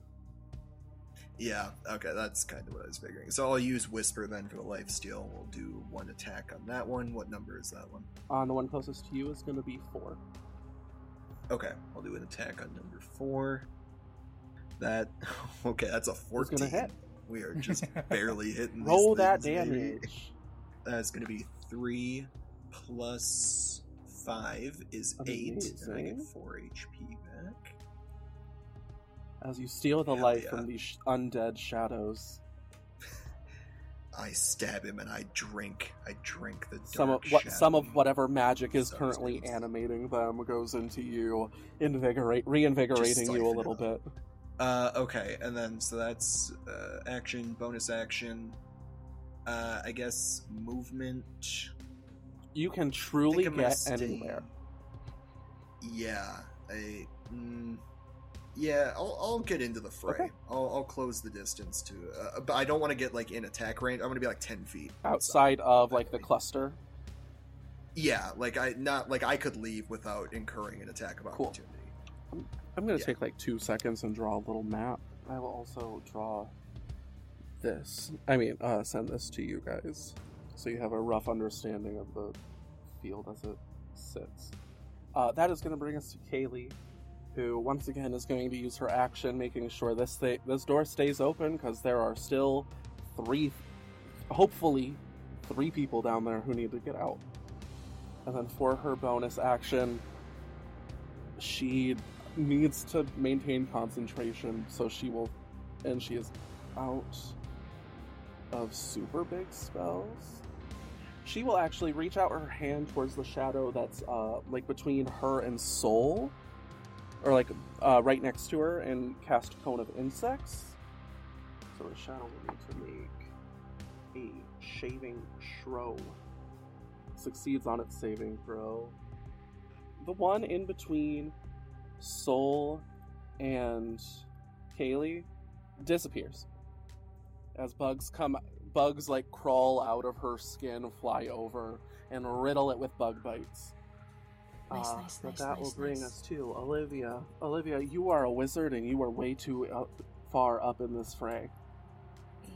[SPEAKER 4] Yeah, okay, that's kind of what I was figuring. So I'll use Whisper then for the life steal. We'll do one attack on that one. What number is that one?
[SPEAKER 2] On Uh, the one closest to you is going to be four.
[SPEAKER 4] Okay, I'll do an attack on number four. That okay, that's a
[SPEAKER 2] It's
[SPEAKER 4] fourteen.
[SPEAKER 2] going to hit.
[SPEAKER 4] We are just barely hitting.
[SPEAKER 2] Roll
[SPEAKER 4] these
[SPEAKER 2] that
[SPEAKER 4] things, baby.
[SPEAKER 2] damage.
[SPEAKER 4] That's gonna be three plus five is eight, and I get
[SPEAKER 2] Amazing.
[SPEAKER 4] four HP back.
[SPEAKER 2] As you steal the
[SPEAKER 4] Hell
[SPEAKER 2] life
[SPEAKER 4] yeah.
[SPEAKER 2] from these sh- undead shadows,
[SPEAKER 4] I stab him and I drink. I drink the dark
[SPEAKER 2] some of what some of
[SPEAKER 4] shadow.
[SPEAKER 2] whatever magic is
[SPEAKER 4] Substance.
[SPEAKER 2] currently animating them goes into you, invigorate, reinvigorating you a
[SPEAKER 4] siphon
[SPEAKER 2] little
[SPEAKER 4] it
[SPEAKER 2] bit.
[SPEAKER 4] Uh, okay, and then so that's uh, action, bonus action. Uh, I guess movement.
[SPEAKER 2] You can
[SPEAKER 4] I think
[SPEAKER 2] truly
[SPEAKER 4] I'm gonna
[SPEAKER 2] get
[SPEAKER 4] stay-
[SPEAKER 2] anywhere.
[SPEAKER 4] Yeah, I. Mm, yeah, I'll, I'll get into the fray.
[SPEAKER 2] Okay.
[SPEAKER 4] I'll, I'll close the distance too, uh, but I don't want to get like in attack range. I'm gonna be like ten feet
[SPEAKER 2] outside of like the
[SPEAKER 4] Definitely.
[SPEAKER 2] cluster.
[SPEAKER 4] Yeah, like I not like I could leave without incurring an attack of
[SPEAKER 2] Cool.
[SPEAKER 4] opportunity.
[SPEAKER 2] I'm gonna
[SPEAKER 4] Yeah.
[SPEAKER 2] take like two seconds and draw a little map. I will also draw this. I mean, uh, send this to you guys so you have a rough understanding of the field as it sits. Uh, that is gonna bring us to Kaylee, who once again is going to use her action, making sure this th- this door stays open because there are still three, hopefully, three people down there who need to get out. And then for her bonus action, she needs to maintain concentration, so she will, and she is out of super big spells. She will actually reach out her hand towards the shadow that's uh, like between her and Soul, or like uh, right next to her, and cast Cone of Insects. So the shadow will need to make a shaving throw. Succeeds on its saving throw. The one in between Soul and Kaylee disappears. As bugs come bugs like crawl out of her skin, fly over, and riddle it with bug bites.
[SPEAKER 5] Nice,
[SPEAKER 2] Ah,
[SPEAKER 5] nice,
[SPEAKER 2] but
[SPEAKER 5] nice,
[SPEAKER 2] that will
[SPEAKER 5] nice,
[SPEAKER 2] bring
[SPEAKER 5] nice.
[SPEAKER 2] us to Olivia. Olivia, you are a wizard and you are way too up, far up in this fray.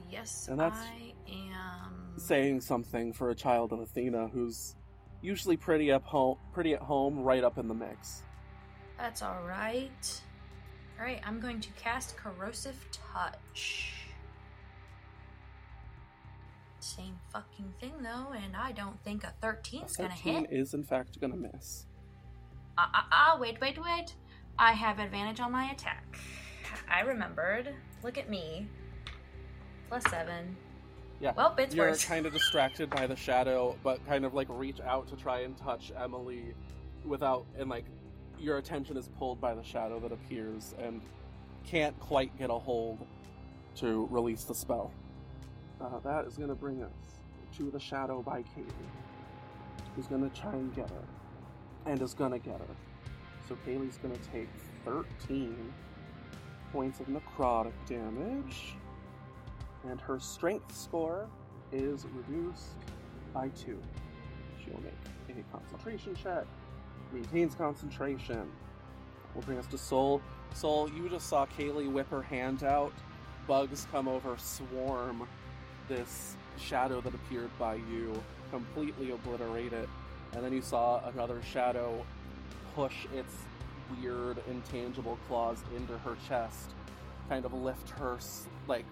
[SPEAKER 5] Yes,
[SPEAKER 2] And that's-
[SPEAKER 5] I am.
[SPEAKER 2] Saying something for a child of Athena who's usually pretty up home, pretty at home, right up in the mix.
[SPEAKER 5] That's all right. All right, I'm going to cast Corrosive Touch. Same fucking thing though, and I don't think a 13's gonna hit.
[SPEAKER 2] is in fact gonna miss.
[SPEAKER 5] Ah, ah, ah, wait, wait, wait. I have advantage on my attack. I remembered. Look at me. Plus seven.
[SPEAKER 2] Yeah.
[SPEAKER 5] Well, it's
[SPEAKER 2] You're
[SPEAKER 5] worse.
[SPEAKER 2] kind of distracted by the shadow, but kind of like reach out to try and touch Emily without, and like your attention is pulled by the shadow that appears and can't quite get a hold to release the spell. Uh, that is going to bring us to the shadow by Katie, who's going to try and get her, and is going to get her. So Kaylee's going to take 13 points of necrotic damage and her strength score is reduced by two. She'll make a concentration check, maintains concentration. We'll bring us to Soul. Soul, you just saw Kaylee whip her hand out. Bugs come over, swarm this shadow that appeared by you, completely obliterate it. And then you saw another shadow push its weird, intangible claws into her chest, kind of lift her, s- like,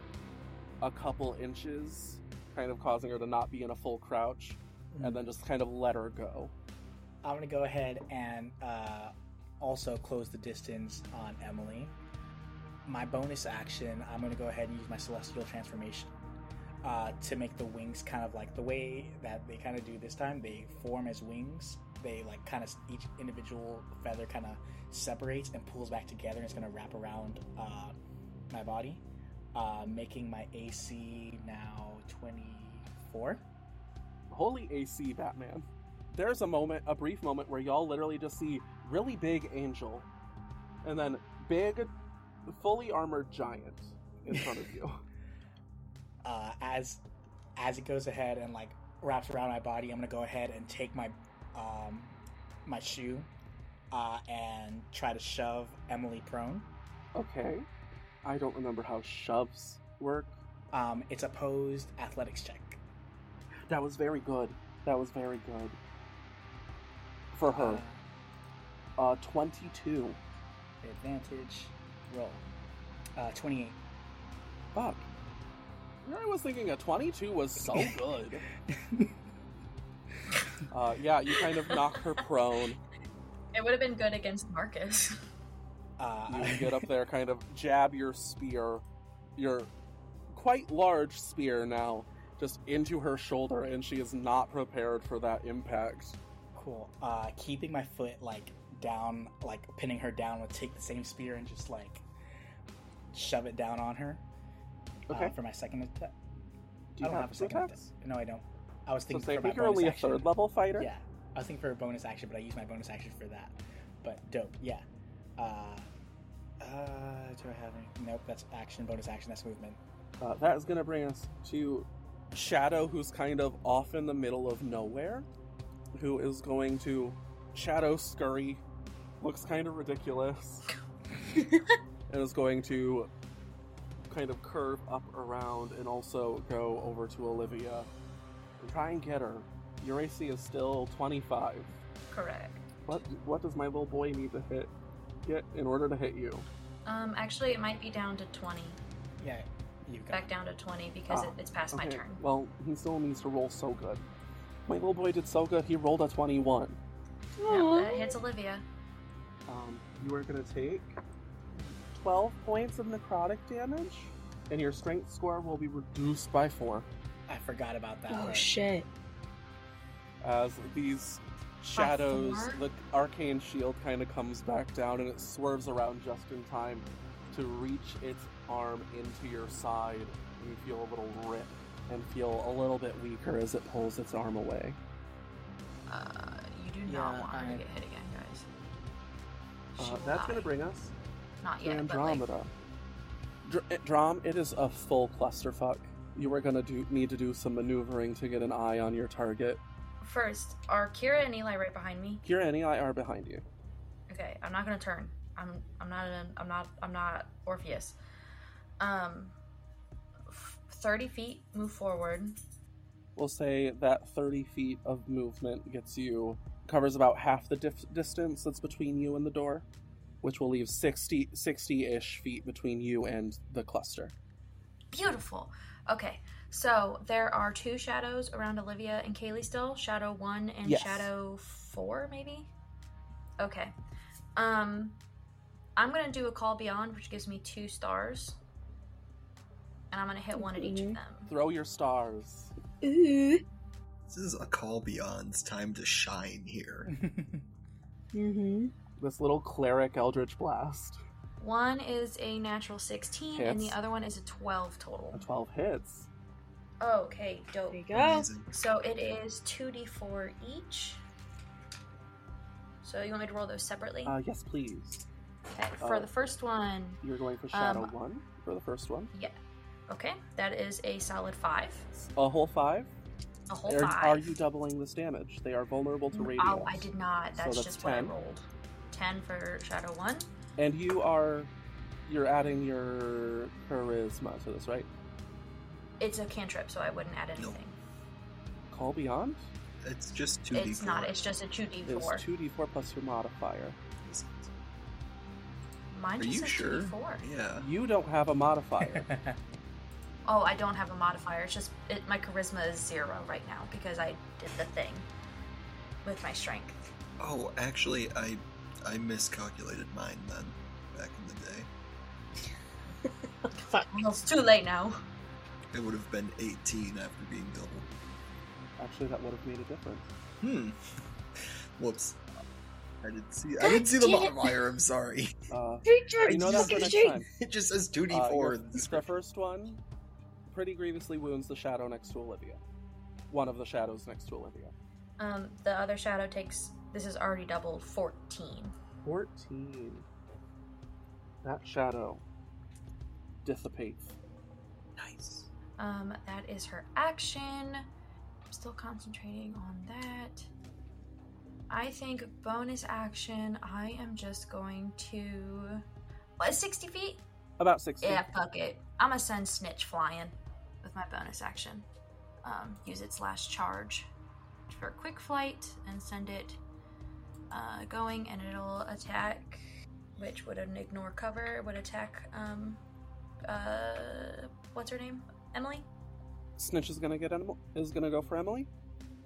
[SPEAKER 2] a couple inches, kind of causing her to not be in a full crouch,
[SPEAKER 6] Hmm.
[SPEAKER 2] and then just kind of let her go.
[SPEAKER 6] I'm gonna go ahead and uh, also close the distance on Emily. My bonus action, I'm gonna go ahead and use my celestial transformation uh, to make the wings kind of like the way that they kind of do this time. They form as wings. They like kind of each individual feather kind of separates and pulls back together, and it's gonna wrap around uh, my body, uh, making my AC now 24.
[SPEAKER 2] Holy AC, Batman. There's a moment, a brief moment, where y'all literally just see really big angel, and then big, fully armored giant in front of you.
[SPEAKER 6] uh, as as it goes ahead and like wraps around my body, I'm gonna go ahead and take my um, my shoe uh, and try to shove Emily prone.
[SPEAKER 2] Okay. I don't remember how shoves work.
[SPEAKER 6] Um, it's opposed athletics check.
[SPEAKER 2] That was very good. That was very good. For her. Uh, 22.
[SPEAKER 6] Uh, advantage roll. Uh, 28.
[SPEAKER 2] Fuck. I was thinking a 22 was so good. Uh, yeah, you kind of knock her prone.
[SPEAKER 5] It would have been good against Marcus.
[SPEAKER 6] uh,
[SPEAKER 2] You get up there, kind of jab your spear, your quite large spear now, just into her shoulder, and she is not prepared for that impact.
[SPEAKER 6] Cool. Uh, keeping my foot like down, like pinning her down, would take the same spear and just like shove it down on her. uh,
[SPEAKER 2] Okay.
[SPEAKER 6] for my second attack.
[SPEAKER 2] Do you
[SPEAKER 6] I don't have, a
[SPEAKER 2] two
[SPEAKER 6] second attack.
[SPEAKER 2] attacks?
[SPEAKER 6] No, I don't. I was
[SPEAKER 2] So
[SPEAKER 6] thinking
[SPEAKER 2] say, I
[SPEAKER 6] for my
[SPEAKER 2] think you're
[SPEAKER 6] bonus
[SPEAKER 2] only a
[SPEAKER 6] action.
[SPEAKER 2] third level fighter.
[SPEAKER 6] Yeah, I was thinking for a bonus action, but I used my bonus action for that. But dope, yeah. Uh, uh, do I have any? Nope, that's action, bonus action, that's movement.
[SPEAKER 2] Uh, that is going to bring us to Shadow, who's kind of off in the middle of nowhere, who is going to Shadow Scurry. Looks kind of ridiculous. and is going to kind of curve up around and also go over to Olivia and try and get her. Your AC is still 25.
[SPEAKER 5] Correct.
[SPEAKER 2] What, what does my little boy need to hit? Get in order to hit you.
[SPEAKER 5] Um, actually, it might be down to 20.
[SPEAKER 6] Yeah, you've got
[SPEAKER 5] Back down to 20 because
[SPEAKER 2] Ah,
[SPEAKER 5] it, it's past my
[SPEAKER 2] Okay,
[SPEAKER 5] turn.
[SPEAKER 2] Well, he still needs to roll so good. My little boy did so good, he rolled a 21.
[SPEAKER 5] Yeah,
[SPEAKER 3] Aw.
[SPEAKER 5] that hits Olivia.
[SPEAKER 2] Um, you are going to take 12 points of necrotic damage, and your strength score will be reduced by 4
[SPEAKER 6] I forgot about that.
[SPEAKER 3] Oh
[SPEAKER 6] part.
[SPEAKER 3] shit.
[SPEAKER 2] as these shadows,
[SPEAKER 5] four?
[SPEAKER 2] the arcane shield kind of comes back down and it swerves around just in time to reach its arm into your side, and you feel a little rip and feel a little bit weaker as it pulls its arm away.
[SPEAKER 5] Uh, you do not
[SPEAKER 6] Yeah,
[SPEAKER 5] want her
[SPEAKER 6] I-
[SPEAKER 5] to get hit again, guys. She
[SPEAKER 2] Uh,
[SPEAKER 5] will
[SPEAKER 2] that's going
[SPEAKER 5] die.
[SPEAKER 2] to bring us
[SPEAKER 5] Not yet, but like,
[SPEAKER 2] Andromeda. Dr- it- Drom, it is a full clusterfuck. You are gonna do need to do some maneuvering to get an eye on your target.
[SPEAKER 5] first, are Kira and Eli right behind me?
[SPEAKER 2] Kira and Eli are behind you.
[SPEAKER 5] Okay, I'm not gonna turn. I'm I'm not an, I'm not I'm not Orpheus. Um, f- thirty feet, move forward.
[SPEAKER 2] We'll say that 30 feet of movement gets you covers about half the dif- distance that's between you and the door. which will leave 60 ish feet between you and the cluster.
[SPEAKER 5] Beautiful. Okay, so there are two shadows around Olivia and Kaylee still. Shadow one and
[SPEAKER 2] Yes.
[SPEAKER 5] shadow four, maybe. Okay. Um, I'm gonna do a call beyond, which gives me two stars, and I'm gonna hit one at each of
[SPEAKER 3] Mhm.
[SPEAKER 5] them.
[SPEAKER 2] Throw your stars.
[SPEAKER 3] Ooh.
[SPEAKER 4] This is a call beyond's time to shine here.
[SPEAKER 3] Mm-hmm.
[SPEAKER 2] This little cleric eldritch blast.
[SPEAKER 5] One is a natural sixteen, and the
[SPEAKER 2] Hits.
[SPEAKER 5] other one is a twelve
[SPEAKER 2] A
[SPEAKER 5] total.
[SPEAKER 2] 12 hits.
[SPEAKER 5] Okay, dope.
[SPEAKER 3] There you go.
[SPEAKER 4] Amazing.
[SPEAKER 5] So it is two d4 each. So you want me to roll those separately?
[SPEAKER 2] Uh, yes, please.
[SPEAKER 5] okay. For
[SPEAKER 2] uh,
[SPEAKER 5] the first one,
[SPEAKER 2] You're going for Shadow
[SPEAKER 5] Um,
[SPEAKER 2] 1 for the first one.
[SPEAKER 5] Yeah. Okay, that is a solid five.
[SPEAKER 2] A whole 5?
[SPEAKER 5] A whole
[SPEAKER 2] Are,
[SPEAKER 5] five.
[SPEAKER 2] are you doubling this damage? They are vulnerable to radiant.
[SPEAKER 5] Oh, I did not.
[SPEAKER 2] So
[SPEAKER 5] That's,
[SPEAKER 2] that's
[SPEAKER 5] just what I
[SPEAKER 2] 10.
[SPEAKER 5] rolled. Ten for shadow one.
[SPEAKER 2] And you are. You're adding your charisma to this, right?
[SPEAKER 5] It's a cantrip, so I wouldn't add
[SPEAKER 4] Nope.
[SPEAKER 5] anything.
[SPEAKER 2] Call Beyond
[SPEAKER 4] It's just two.
[SPEAKER 5] It's not. It's just a two d
[SPEAKER 2] is
[SPEAKER 5] four.
[SPEAKER 2] 2d4 plus your modifier.
[SPEAKER 5] Mine
[SPEAKER 4] Are
[SPEAKER 5] just
[SPEAKER 4] you
[SPEAKER 5] says
[SPEAKER 4] sure?
[SPEAKER 5] two d four.
[SPEAKER 4] Yeah.
[SPEAKER 2] You don't have a modifier.
[SPEAKER 5] Oh, I don't have a modifier. It's just it, my charisma is zero right now because I did the thing with my strength.
[SPEAKER 4] Oh, actually, I I miscalculated mine then back in the day.
[SPEAKER 5] Well, it's too late now.
[SPEAKER 4] It would have been 18 after being doubled.
[SPEAKER 2] Actually, that would have made a difference.
[SPEAKER 4] Hmm. Whoops. I didn't see. I
[SPEAKER 5] God
[SPEAKER 4] didn't see the
[SPEAKER 5] damn it.
[SPEAKER 4] modifier. I'm sorry.
[SPEAKER 2] Uh,
[SPEAKER 3] Three jerks,
[SPEAKER 2] you know that
[SPEAKER 4] just
[SPEAKER 2] for
[SPEAKER 4] get
[SPEAKER 2] next
[SPEAKER 3] jerks.
[SPEAKER 2] time.
[SPEAKER 4] It just says
[SPEAKER 2] Uh,
[SPEAKER 4] 2d4.
[SPEAKER 2] your-
[SPEAKER 4] in the
[SPEAKER 2] the
[SPEAKER 4] description.
[SPEAKER 2] first one pretty grievously wounds the shadow next to Olivia. One of the shadows next to Olivia.
[SPEAKER 5] Um, the other shadow takes. This is already doubled. Fourteen.
[SPEAKER 2] 14. That shadow dissipates.
[SPEAKER 4] nice.
[SPEAKER 5] Um, that is her action. I'm still concentrating on that. I think bonus action. I am just going to. What, 60 feet?
[SPEAKER 2] About 16.
[SPEAKER 5] Yeah, fuck it. I'm gonna send Snitch flying with my bonus action. Um, use its last charge for quick flight and send it uh, going, and it'll attack, which would an ignore cover, would attack, um, uh, what's her name? Emily?
[SPEAKER 2] Snitch is gonna get Emil- is gonna go for Emily.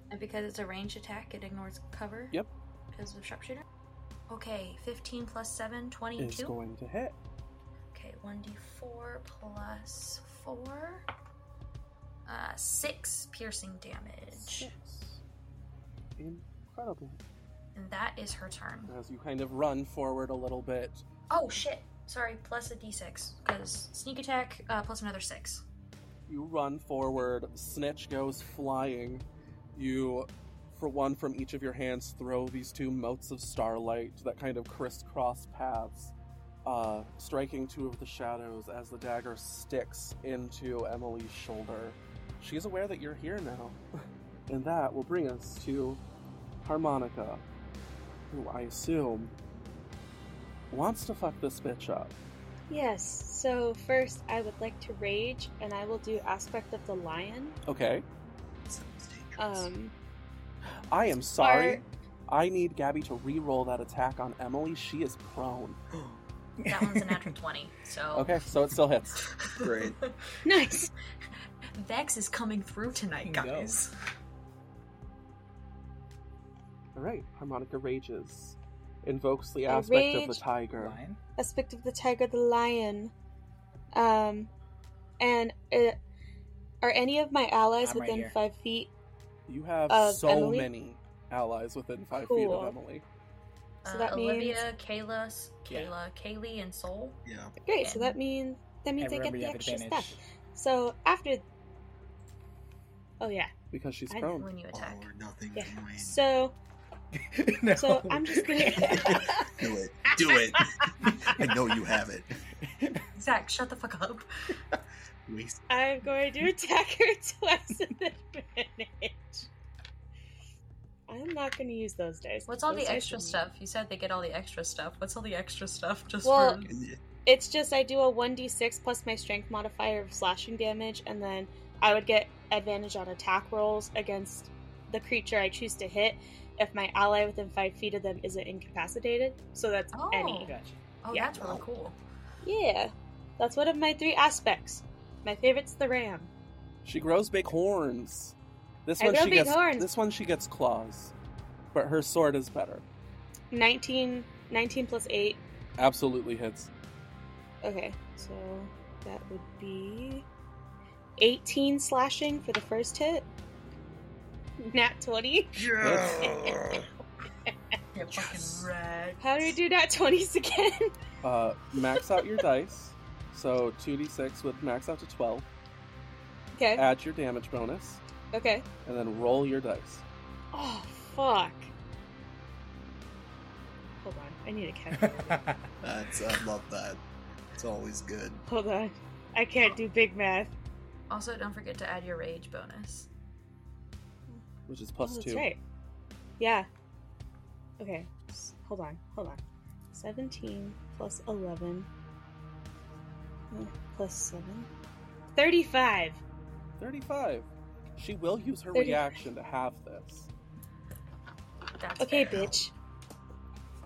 [SPEAKER 5] And because it's a ranged attack, it ignores cover?
[SPEAKER 2] Yep.
[SPEAKER 5] Because of sharpshooter? Okay, 15 plus 7,
[SPEAKER 2] Is
[SPEAKER 5] 22.
[SPEAKER 2] going to hit.
[SPEAKER 5] Okay, 1d4 plus 4. Uh, 6 piercing damage.
[SPEAKER 2] Six. Incredible.
[SPEAKER 5] And that is her turn.
[SPEAKER 2] As you kind of run forward a little bit,
[SPEAKER 5] Oh shit! Sorry, plus a d6. Because sneak attack, uh, plus another 6.
[SPEAKER 2] You run forward, Snitch goes flying. You, for one from each of your hands, throw these two motes of starlight that kind of crisscross paths, uh, striking two of the shadows as the dagger sticks into Emily's shoulder. She's aware that you're here now. and that will bring us to Harmonica, who I assume wants to fuck this bitch up.
[SPEAKER 3] Yes. So first, I would like to rage, and I will do aspect of the lion.
[SPEAKER 2] Okay.
[SPEAKER 4] Sounds dangerous.
[SPEAKER 3] Um.
[SPEAKER 2] I am sorry.
[SPEAKER 3] Are-
[SPEAKER 2] I need Gabby to re-roll that attack on Emily. She is prone.
[SPEAKER 5] That one's a natural 20, so.
[SPEAKER 3] Oh.
[SPEAKER 2] Okay, so it still hits.
[SPEAKER 4] Great.
[SPEAKER 3] Nice.
[SPEAKER 5] Vex is coming through tonight,
[SPEAKER 6] Go.
[SPEAKER 5] guys.
[SPEAKER 2] All right, Harmonica rages, invokes the
[SPEAKER 3] I
[SPEAKER 2] aspect of
[SPEAKER 3] rage.
[SPEAKER 2] the tiger.
[SPEAKER 6] Lion?
[SPEAKER 3] aspect of the tiger, the lion. Um, and uh, are any of my allies
[SPEAKER 6] I'm right
[SPEAKER 3] within
[SPEAKER 6] here.
[SPEAKER 3] five feet?
[SPEAKER 2] You have
[SPEAKER 3] Of
[SPEAKER 2] so
[SPEAKER 3] Emily?
[SPEAKER 2] many allies within five feet
[SPEAKER 3] Cool.
[SPEAKER 2] of Emily.
[SPEAKER 3] So
[SPEAKER 5] Uh,
[SPEAKER 3] that means-
[SPEAKER 5] Olivia, Kayla, S-
[SPEAKER 6] Yeah.
[SPEAKER 5] Kayla, Kaylee, and Soul.
[SPEAKER 4] Yeah.
[SPEAKER 3] Great. So
[SPEAKER 5] Yeah.
[SPEAKER 3] that means that means I
[SPEAKER 6] Everyone
[SPEAKER 3] get
[SPEAKER 6] we
[SPEAKER 3] the
[SPEAKER 6] have
[SPEAKER 3] extra
[SPEAKER 6] advantage.
[SPEAKER 3] stuff. So after. Oh yeah.
[SPEAKER 2] because she's
[SPEAKER 3] I-
[SPEAKER 6] Oh,
[SPEAKER 2] prone.
[SPEAKER 5] when you
[SPEAKER 4] All
[SPEAKER 5] attack.
[SPEAKER 4] or nothing
[SPEAKER 3] Yeah.
[SPEAKER 4] joined.
[SPEAKER 3] So
[SPEAKER 6] no.
[SPEAKER 3] so I'm just gonna.
[SPEAKER 4] Do it. Do it. I know you have it.
[SPEAKER 5] Zach, shut the fuck up.
[SPEAKER 4] Waste.
[SPEAKER 3] I'm going to attack her twice at advantage. I'm not going to use those dice.
[SPEAKER 5] What's all
[SPEAKER 3] Those
[SPEAKER 5] the
[SPEAKER 3] dice
[SPEAKER 5] extra
[SPEAKER 3] are-
[SPEAKER 5] stuff? You said they get all the extra stuff. What's all the extra stuff just
[SPEAKER 3] Well-
[SPEAKER 5] for?
[SPEAKER 3] It's just I do a 1d6 plus my strength modifier of slashing damage, and then I would get advantage on attack rolls against the creature I choose to hit if my ally within five feet of them isn't incapacitated. So that's
[SPEAKER 5] Oh.
[SPEAKER 3] any.
[SPEAKER 6] Gotcha.
[SPEAKER 5] Oh,
[SPEAKER 6] Yeah.
[SPEAKER 5] that's really cool.
[SPEAKER 3] Yeah, that's one of my three aspects. My favorite's the ram.
[SPEAKER 2] She grows big horns. This
[SPEAKER 3] I
[SPEAKER 2] one
[SPEAKER 3] grow
[SPEAKER 2] she
[SPEAKER 3] big
[SPEAKER 2] gets
[SPEAKER 3] horns.
[SPEAKER 2] this one she gets claws. But her sword is better.
[SPEAKER 3] 19, 19 plus 8.
[SPEAKER 2] Absolutely hits.
[SPEAKER 3] Okay, so that would be 18 slashing for the first hit. Nat 20.
[SPEAKER 4] Yeah.
[SPEAKER 5] Yeah, fucking
[SPEAKER 4] Yes.
[SPEAKER 5] red.
[SPEAKER 3] How do we do nat 20s again?
[SPEAKER 2] Uh, max out your dice. So 2d6 with max out to 12.
[SPEAKER 3] okay,
[SPEAKER 2] Add your damage bonus
[SPEAKER 3] okay.
[SPEAKER 2] and then roll your dice.
[SPEAKER 3] Oh, fuck. Hold on, I need a calculator.
[SPEAKER 4] That's I love that. It's always good.
[SPEAKER 3] Hold on. I can't do big math.
[SPEAKER 5] Also, don't forget to add your rage bonus.
[SPEAKER 2] which is
[SPEAKER 3] Oh,
[SPEAKER 2] plus
[SPEAKER 3] that's
[SPEAKER 2] two.
[SPEAKER 3] right. Yeah. Okay. s- Hold on. Hold on. 17 plus 11 uh, plus 7. 35.
[SPEAKER 2] 35. She will use her
[SPEAKER 3] 35.
[SPEAKER 2] reaction to have this.
[SPEAKER 5] That's
[SPEAKER 3] Okay,
[SPEAKER 5] fair.
[SPEAKER 3] bitch.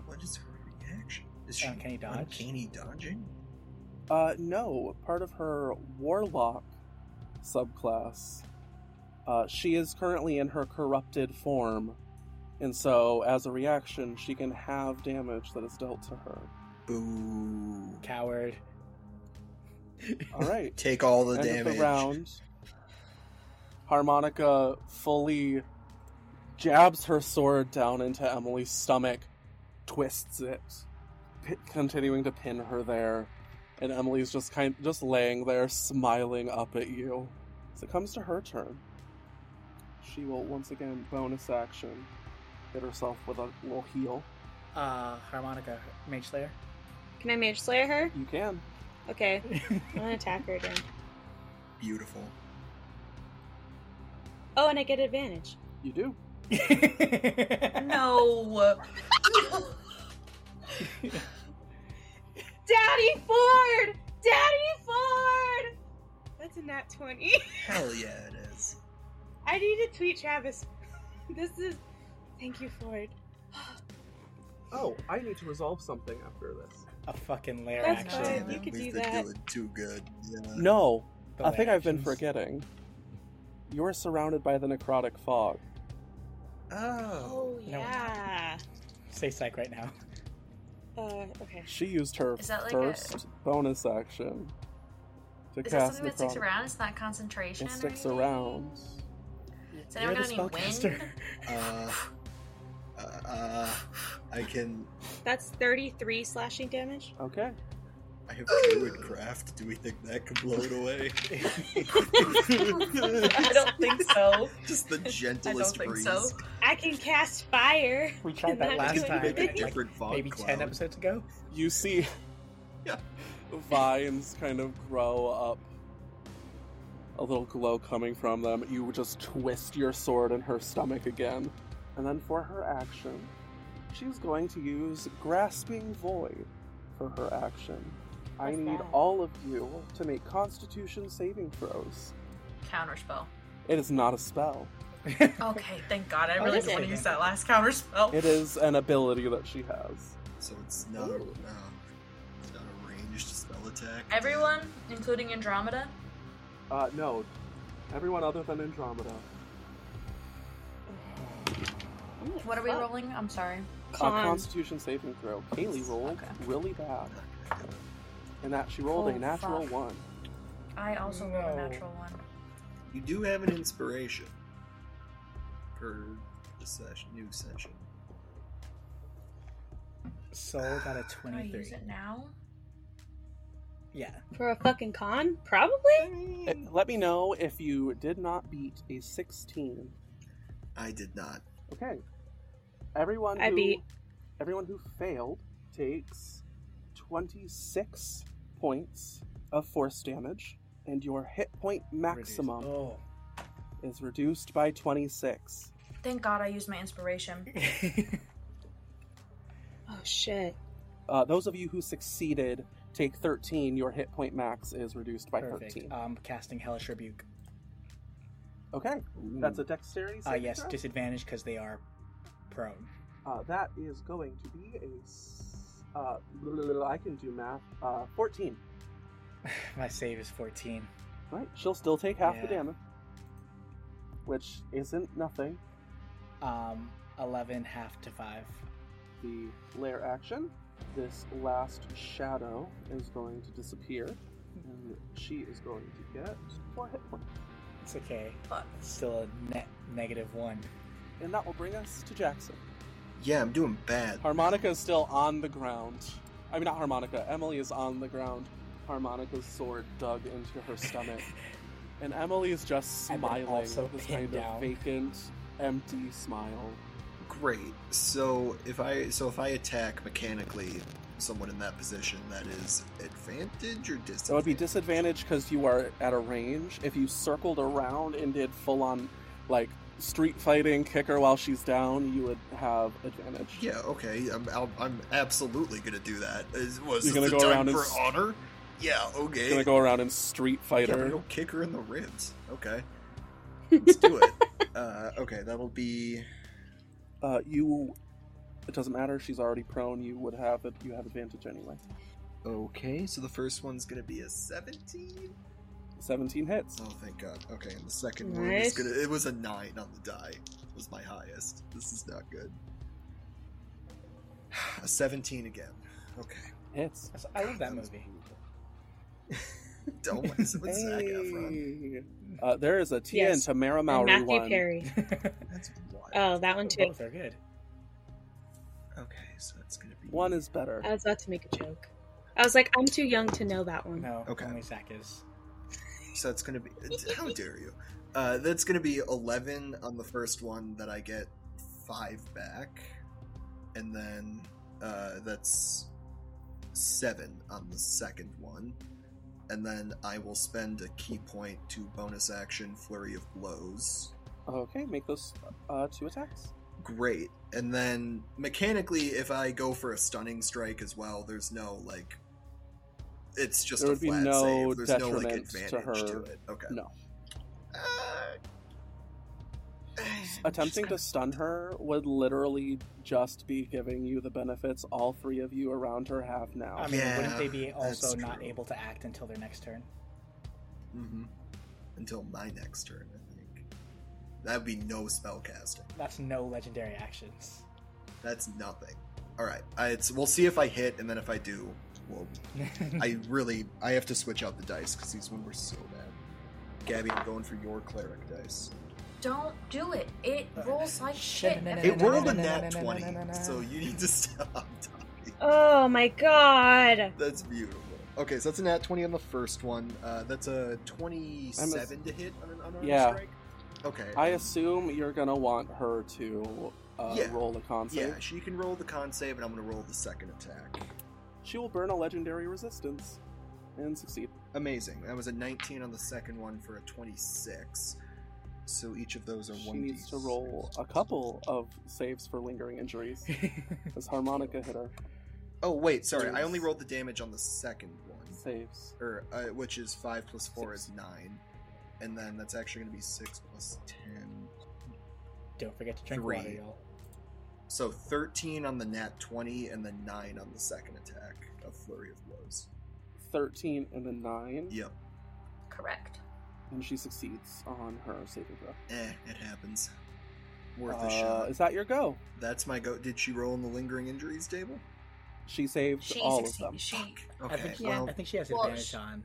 [SPEAKER 4] What is her reaction? Is she
[SPEAKER 6] Uncanny Uh, dodge?
[SPEAKER 4] Uncanny dodging?
[SPEAKER 2] Uh, no, part of her warlock subclass. Uh, she is currently in her corrupted form, and so as a reaction, she can have damage that is dealt to her.
[SPEAKER 4] Boo!
[SPEAKER 6] Coward.
[SPEAKER 2] All right,
[SPEAKER 4] Take all the
[SPEAKER 2] end of
[SPEAKER 4] damage.
[SPEAKER 2] the round. Harmonica fully jabs her sword down into Emily's stomach, twists it, p- continuing to pin her there, and Emily's just kind just laying there, smiling up at you. As it comes to her turn, she will once again bonus action hit herself with a little heal.
[SPEAKER 6] Uh, harmonica, mage slayer.
[SPEAKER 3] Can I mage slayer her?
[SPEAKER 2] You can.
[SPEAKER 3] Okay. I'm gonna attack her again.
[SPEAKER 4] Beautiful.
[SPEAKER 3] Oh, and I get advantage.
[SPEAKER 2] You do.
[SPEAKER 5] No.
[SPEAKER 3] Daddy Ford! Daddy Ford! That's a nat 20.
[SPEAKER 4] Hell yeah, it is.
[SPEAKER 3] I need to tweet Travis. This is. Thank you, Ford.
[SPEAKER 2] Oh, I need to resolve something after this.
[SPEAKER 6] A fucking lair
[SPEAKER 3] That's
[SPEAKER 6] action.
[SPEAKER 3] fine, you
[SPEAKER 4] Damn,
[SPEAKER 3] could
[SPEAKER 4] we've
[SPEAKER 3] do
[SPEAKER 4] been
[SPEAKER 3] that.
[SPEAKER 4] doing too good. Yeah.
[SPEAKER 2] No,
[SPEAKER 6] The
[SPEAKER 2] I
[SPEAKER 6] lair
[SPEAKER 2] think I've been
[SPEAKER 6] actions.
[SPEAKER 2] forgetting. You're surrounded by the necrotic fog.
[SPEAKER 4] Oh.
[SPEAKER 3] Oh,
[SPEAKER 6] No, we're not.
[SPEAKER 3] yeah.
[SPEAKER 6] Stay psych right now.
[SPEAKER 3] Uh, okay.
[SPEAKER 2] She used her
[SPEAKER 5] Is that like a-
[SPEAKER 2] first bonus action to
[SPEAKER 5] Is that
[SPEAKER 2] cast
[SPEAKER 5] something that sticks
[SPEAKER 2] necrotic.
[SPEAKER 5] around? It's not concentration.
[SPEAKER 2] It sticks
[SPEAKER 5] or anything?
[SPEAKER 2] around.
[SPEAKER 5] Does anyone
[SPEAKER 6] You're
[SPEAKER 5] got
[SPEAKER 6] the
[SPEAKER 5] any wind?
[SPEAKER 6] spellcaster.
[SPEAKER 4] Uh, uh, uh, I can.
[SPEAKER 3] That's 33 slashing damage.
[SPEAKER 2] Okay.
[SPEAKER 4] I have druid craft. Do we think that could blow it away?
[SPEAKER 5] I don't think so.
[SPEAKER 4] Just the
[SPEAKER 5] I don't
[SPEAKER 4] gentlest
[SPEAKER 5] think
[SPEAKER 4] breeze.
[SPEAKER 5] so.
[SPEAKER 3] I can cast fire.
[SPEAKER 6] we tried that
[SPEAKER 3] Not
[SPEAKER 6] last
[SPEAKER 3] doing
[SPEAKER 6] time.
[SPEAKER 4] Make
[SPEAKER 3] anything.
[SPEAKER 4] a
[SPEAKER 6] Like,
[SPEAKER 4] different fog
[SPEAKER 6] maybe
[SPEAKER 4] cloud.
[SPEAKER 6] ten episodes ago.
[SPEAKER 2] You see
[SPEAKER 4] Yeah.
[SPEAKER 2] vines kind of grow up. A little glow coming from them. You just twist your sword in her stomach again. And then for her action, she's going to use Grasping Void for her action. I
[SPEAKER 3] What's
[SPEAKER 2] need
[SPEAKER 3] that?
[SPEAKER 2] all of you to make Constitution saving throws.
[SPEAKER 5] Counter spell.
[SPEAKER 2] It is not a spell.
[SPEAKER 5] Okay, thank God. I
[SPEAKER 6] Oh,
[SPEAKER 5] really
[SPEAKER 3] that's
[SPEAKER 5] didn't want
[SPEAKER 6] okay.
[SPEAKER 5] to use that last counter spell.
[SPEAKER 2] It is an ability that she has.
[SPEAKER 4] So it's not a, no, it's not a ranged spell attack.
[SPEAKER 5] Everyone, including Andromeda,
[SPEAKER 2] Uh, no, everyone other than Andromeda.
[SPEAKER 5] what
[SPEAKER 3] Oh.
[SPEAKER 5] are we rolling? I'm sorry.
[SPEAKER 2] A
[SPEAKER 3] Con.
[SPEAKER 2] Constitution saving throw. Kaylee rolled
[SPEAKER 5] Okay.
[SPEAKER 2] really bad,
[SPEAKER 4] Not gonna do it.
[SPEAKER 2] and that she rolled
[SPEAKER 5] Oh,
[SPEAKER 2] a natural
[SPEAKER 5] fuck.
[SPEAKER 2] one.
[SPEAKER 5] I uh, also rolled
[SPEAKER 6] No.
[SPEAKER 5] a natural one.
[SPEAKER 4] You do have an inspiration for the session, new session.
[SPEAKER 6] Soul got a
[SPEAKER 5] Can I use
[SPEAKER 6] twenty-three.
[SPEAKER 5] it now?
[SPEAKER 6] Yeah.
[SPEAKER 3] For a fucking con? Probably?
[SPEAKER 2] Uh, Let me know if you did not beat a sixteen.
[SPEAKER 4] I did not.
[SPEAKER 2] Okay. Everyone
[SPEAKER 3] I
[SPEAKER 2] who
[SPEAKER 3] beat.
[SPEAKER 2] everyone who failed takes twenty-six points of force damage, and your hit point maximum
[SPEAKER 6] Oh.
[SPEAKER 2] is reduced by twenty-six.
[SPEAKER 5] Thank God I used my inspiration.
[SPEAKER 3] Oh, shit.
[SPEAKER 2] Uh, those of you who succeeded take 13. Your hit point max is reduced by
[SPEAKER 6] Perfect.
[SPEAKER 2] 13.
[SPEAKER 6] Um, casting hellish rebuke.
[SPEAKER 2] okay,
[SPEAKER 4] Ooh.
[SPEAKER 2] that's a dexterity.
[SPEAKER 6] Uh,
[SPEAKER 2] saving
[SPEAKER 6] yes,
[SPEAKER 2] throw.
[SPEAKER 6] disadvantage because they are prone.
[SPEAKER 2] Uh, that is going to be a s- Uh, I can do math. Uh, 14.
[SPEAKER 6] My save is 14.
[SPEAKER 2] Right, she'll still take half the
[SPEAKER 6] Yeah.
[SPEAKER 2] damage, which isn't nothing.
[SPEAKER 6] Um, 11 half to 5.
[SPEAKER 2] The lair action. This last shadow is going to disappear, and she is going to get four hit points.
[SPEAKER 6] It's okay.
[SPEAKER 5] Fuck.
[SPEAKER 6] It's still a net negative 1.
[SPEAKER 2] And that will bring us to Jackson.
[SPEAKER 4] Yeah, I'm doing bad.
[SPEAKER 2] Harmonica is still on the ground. I mean, not harmonica. Emily is on the ground. Harmonica's sword dug into her stomach. and Emily is just
[SPEAKER 6] And then
[SPEAKER 2] smiling
[SPEAKER 6] also
[SPEAKER 2] with this kind
[SPEAKER 6] pinned down.
[SPEAKER 2] of vacant, empty smile.
[SPEAKER 4] Great. So if I so if I attack mechanically someone in that position, that is advantage or disadvantage?
[SPEAKER 2] So it would be disadvantage because you are at a range. If you circled around and did full on, like, street fighting, kick her while she's down, you would have advantage.
[SPEAKER 4] Yeah. Okay. I'm I'll, I'm absolutely gonna do that. Is, was
[SPEAKER 2] You're
[SPEAKER 4] this
[SPEAKER 2] gonna
[SPEAKER 4] the
[SPEAKER 2] go
[SPEAKER 4] time
[SPEAKER 2] around and
[SPEAKER 4] for
[SPEAKER 2] s-
[SPEAKER 4] honor? Yeah. Okay.
[SPEAKER 2] Gonna go around and street fight
[SPEAKER 4] Yeah, but
[SPEAKER 2] her.
[SPEAKER 4] he'll kick her in the ribs. Okay. Let's do it. Uh, okay, that'll be
[SPEAKER 2] Uh, you. It doesn't matter. She's already prone. You would have it. You have advantage anyway.
[SPEAKER 4] okay. So the first one's gonna be a seventeen.
[SPEAKER 2] Seventeen hits.
[SPEAKER 4] Oh, thank God. Okay, and the second one
[SPEAKER 3] Nice.
[SPEAKER 4] is gonna. It was a nine on the die. Was my highest. This is not good. A seventeen again. Okay.
[SPEAKER 2] Hits.
[SPEAKER 6] That's- I love that
[SPEAKER 4] was
[SPEAKER 6] movie.
[SPEAKER 4] brutal. Don't mess with Zac Efron.
[SPEAKER 2] Hey. Uh, there is a Tia
[SPEAKER 3] Yes.
[SPEAKER 2] and Tamara
[SPEAKER 3] And
[SPEAKER 2] Mowry
[SPEAKER 3] Matthew
[SPEAKER 2] one.
[SPEAKER 3] Perry.
[SPEAKER 4] That's
[SPEAKER 6] Uh,
[SPEAKER 4] wild.
[SPEAKER 3] Oh, that one too.
[SPEAKER 6] Both are good.
[SPEAKER 4] Okay, so that's gonna be
[SPEAKER 2] One is better.
[SPEAKER 3] I was about to make a joke. I was like, I'm too young to know that one.
[SPEAKER 6] No,
[SPEAKER 4] Okay.
[SPEAKER 6] only Zach is.
[SPEAKER 4] So that's gonna be. How dare you? Uh, that's gonna be eleven on the first one that I get five back, and then uh, that's seven on the second one, and then I will spend a key point to bonus action flurry of blows.
[SPEAKER 2] Okay, make those uh, two attacks.
[SPEAKER 4] Great, and then mechanically, if I go for a stunning strike as well, there's no like. It's just
[SPEAKER 2] There
[SPEAKER 4] a
[SPEAKER 2] would be
[SPEAKER 4] flat
[SPEAKER 2] no
[SPEAKER 4] save. There's no like
[SPEAKER 2] detriment to
[SPEAKER 4] advantage
[SPEAKER 2] her.
[SPEAKER 4] it. Okay.
[SPEAKER 2] No.
[SPEAKER 4] Uh,
[SPEAKER 2] Attempting to
[SPEAKER 4] just
[SPEAKER 2] stun her would literally just be giving you the benefits all three of you around her have now.
[SPEAKER 6] I mean,
[SPEAKER 4] Yeah,
[SPEAKER 6] wouldn't they be also
[SPEAKER 4] that's
[SPEAKER 6] not
[SPEAKER 4] true.
[SPEAKER 6] able to act until their next turn?
[SPEAKER 4] kinda- Mhm. Until my next turn, I think. That would be no spell casting.
[SPEAKER 6] That's no legendary actions.
[SPEAKER 4] That's nothing. All right, I, it's we'll see if I hit, and then if I do, well, I really I have to switch out the dice because these ones were so bad. Gabby, I'm going for your cleric dice.
[SPEAKER 5] Don't do it. It
[SPEAKER 6] Uh,
[SPEAKER 5] rolls like shit. every
[SPEAKER 4] It
[SPEAKER 5] time.
[SPEAKER 4] rolled a nat twenty, so you need to stop. Tommy.
[SPEAKER 3] Oh my god.
[SPEAKER 4] That's beautiful. Okay, so that's a nat 20 on the first one. Uh, that's a 27 to hit on an unarmed
[SPEAKER 2] Yeah.
[SPEAKER 4] strike. Okay.
[SPEAKER 2] I assume you're gonna want her to uh,
[SPEAKER 4] Yeah.
[SPEAKER 2] roll a con save.
[SPEAKER 4] yeah, she can roll the con save, and I'm going to roll the second attack.
[SPEAKER 2] She will burn a legendary resistance and succeed.
[SPEAKER 4] Amazing. That was a 19 on the second one for a 26. So each of those are
[SPEAKER 2] She
[SPEAKER 4] one.
[SPEAKER 2] needs to roll a couple of saves for lingering injuries. This harmonica hit her
[SPEAKER 4] Oh, wait, sorry. I only rolled the damage on the second one,
[SPEAKER 2] saves.
[SPEAKER 4] or uh, which is 5 plus 4
[SPEAKER 2] Six.
[SPEAKER 4] is 9. And then that's actually going to be 6 plus 10.
[SPEAKER 6] Don't forget to drink
[SPEAKER 4] Three.
[SPEAKER 6] water, y'all.
[SPEAKER 4] So 13 on the nat 20 and then 9 on the second attack of Flurry of Blows.
[SPEAKER 2] Thirteen and a nine,
[SPEAKER 4] Yep.
[SPEAKER 5] Correct.
[SPEAKER 2] and she succeeds on her saving throw.
[SPEAKER 4] Eh, it happens. Worth
[SPEAKER 2] Uh,
[SPEAKER 4] a shot.
[SPEAKER 2] Is that your go?
[SPEAKER 4] That's my go. Did she roll in the lingering injuries table?
[SPEAKER 2] She saved
[SPEAKER 5] She
[SPEAKER 2] all
[SPEAKER 5] succeed-
[SPEAKER 2] of them.
[SPEAKER 5] She
[SPEAKER 4] Okay.
[SPEAKER 6] I, think,
[SPEAKER 5] Yeah.
[SPEAKER 4] well,
[SPEAKER 6] I think she has
[SPEAKER 5] Well,
[SPEAKER 6] advantage
[SPEAKER 5] sh-
[SPEAKER 6] on.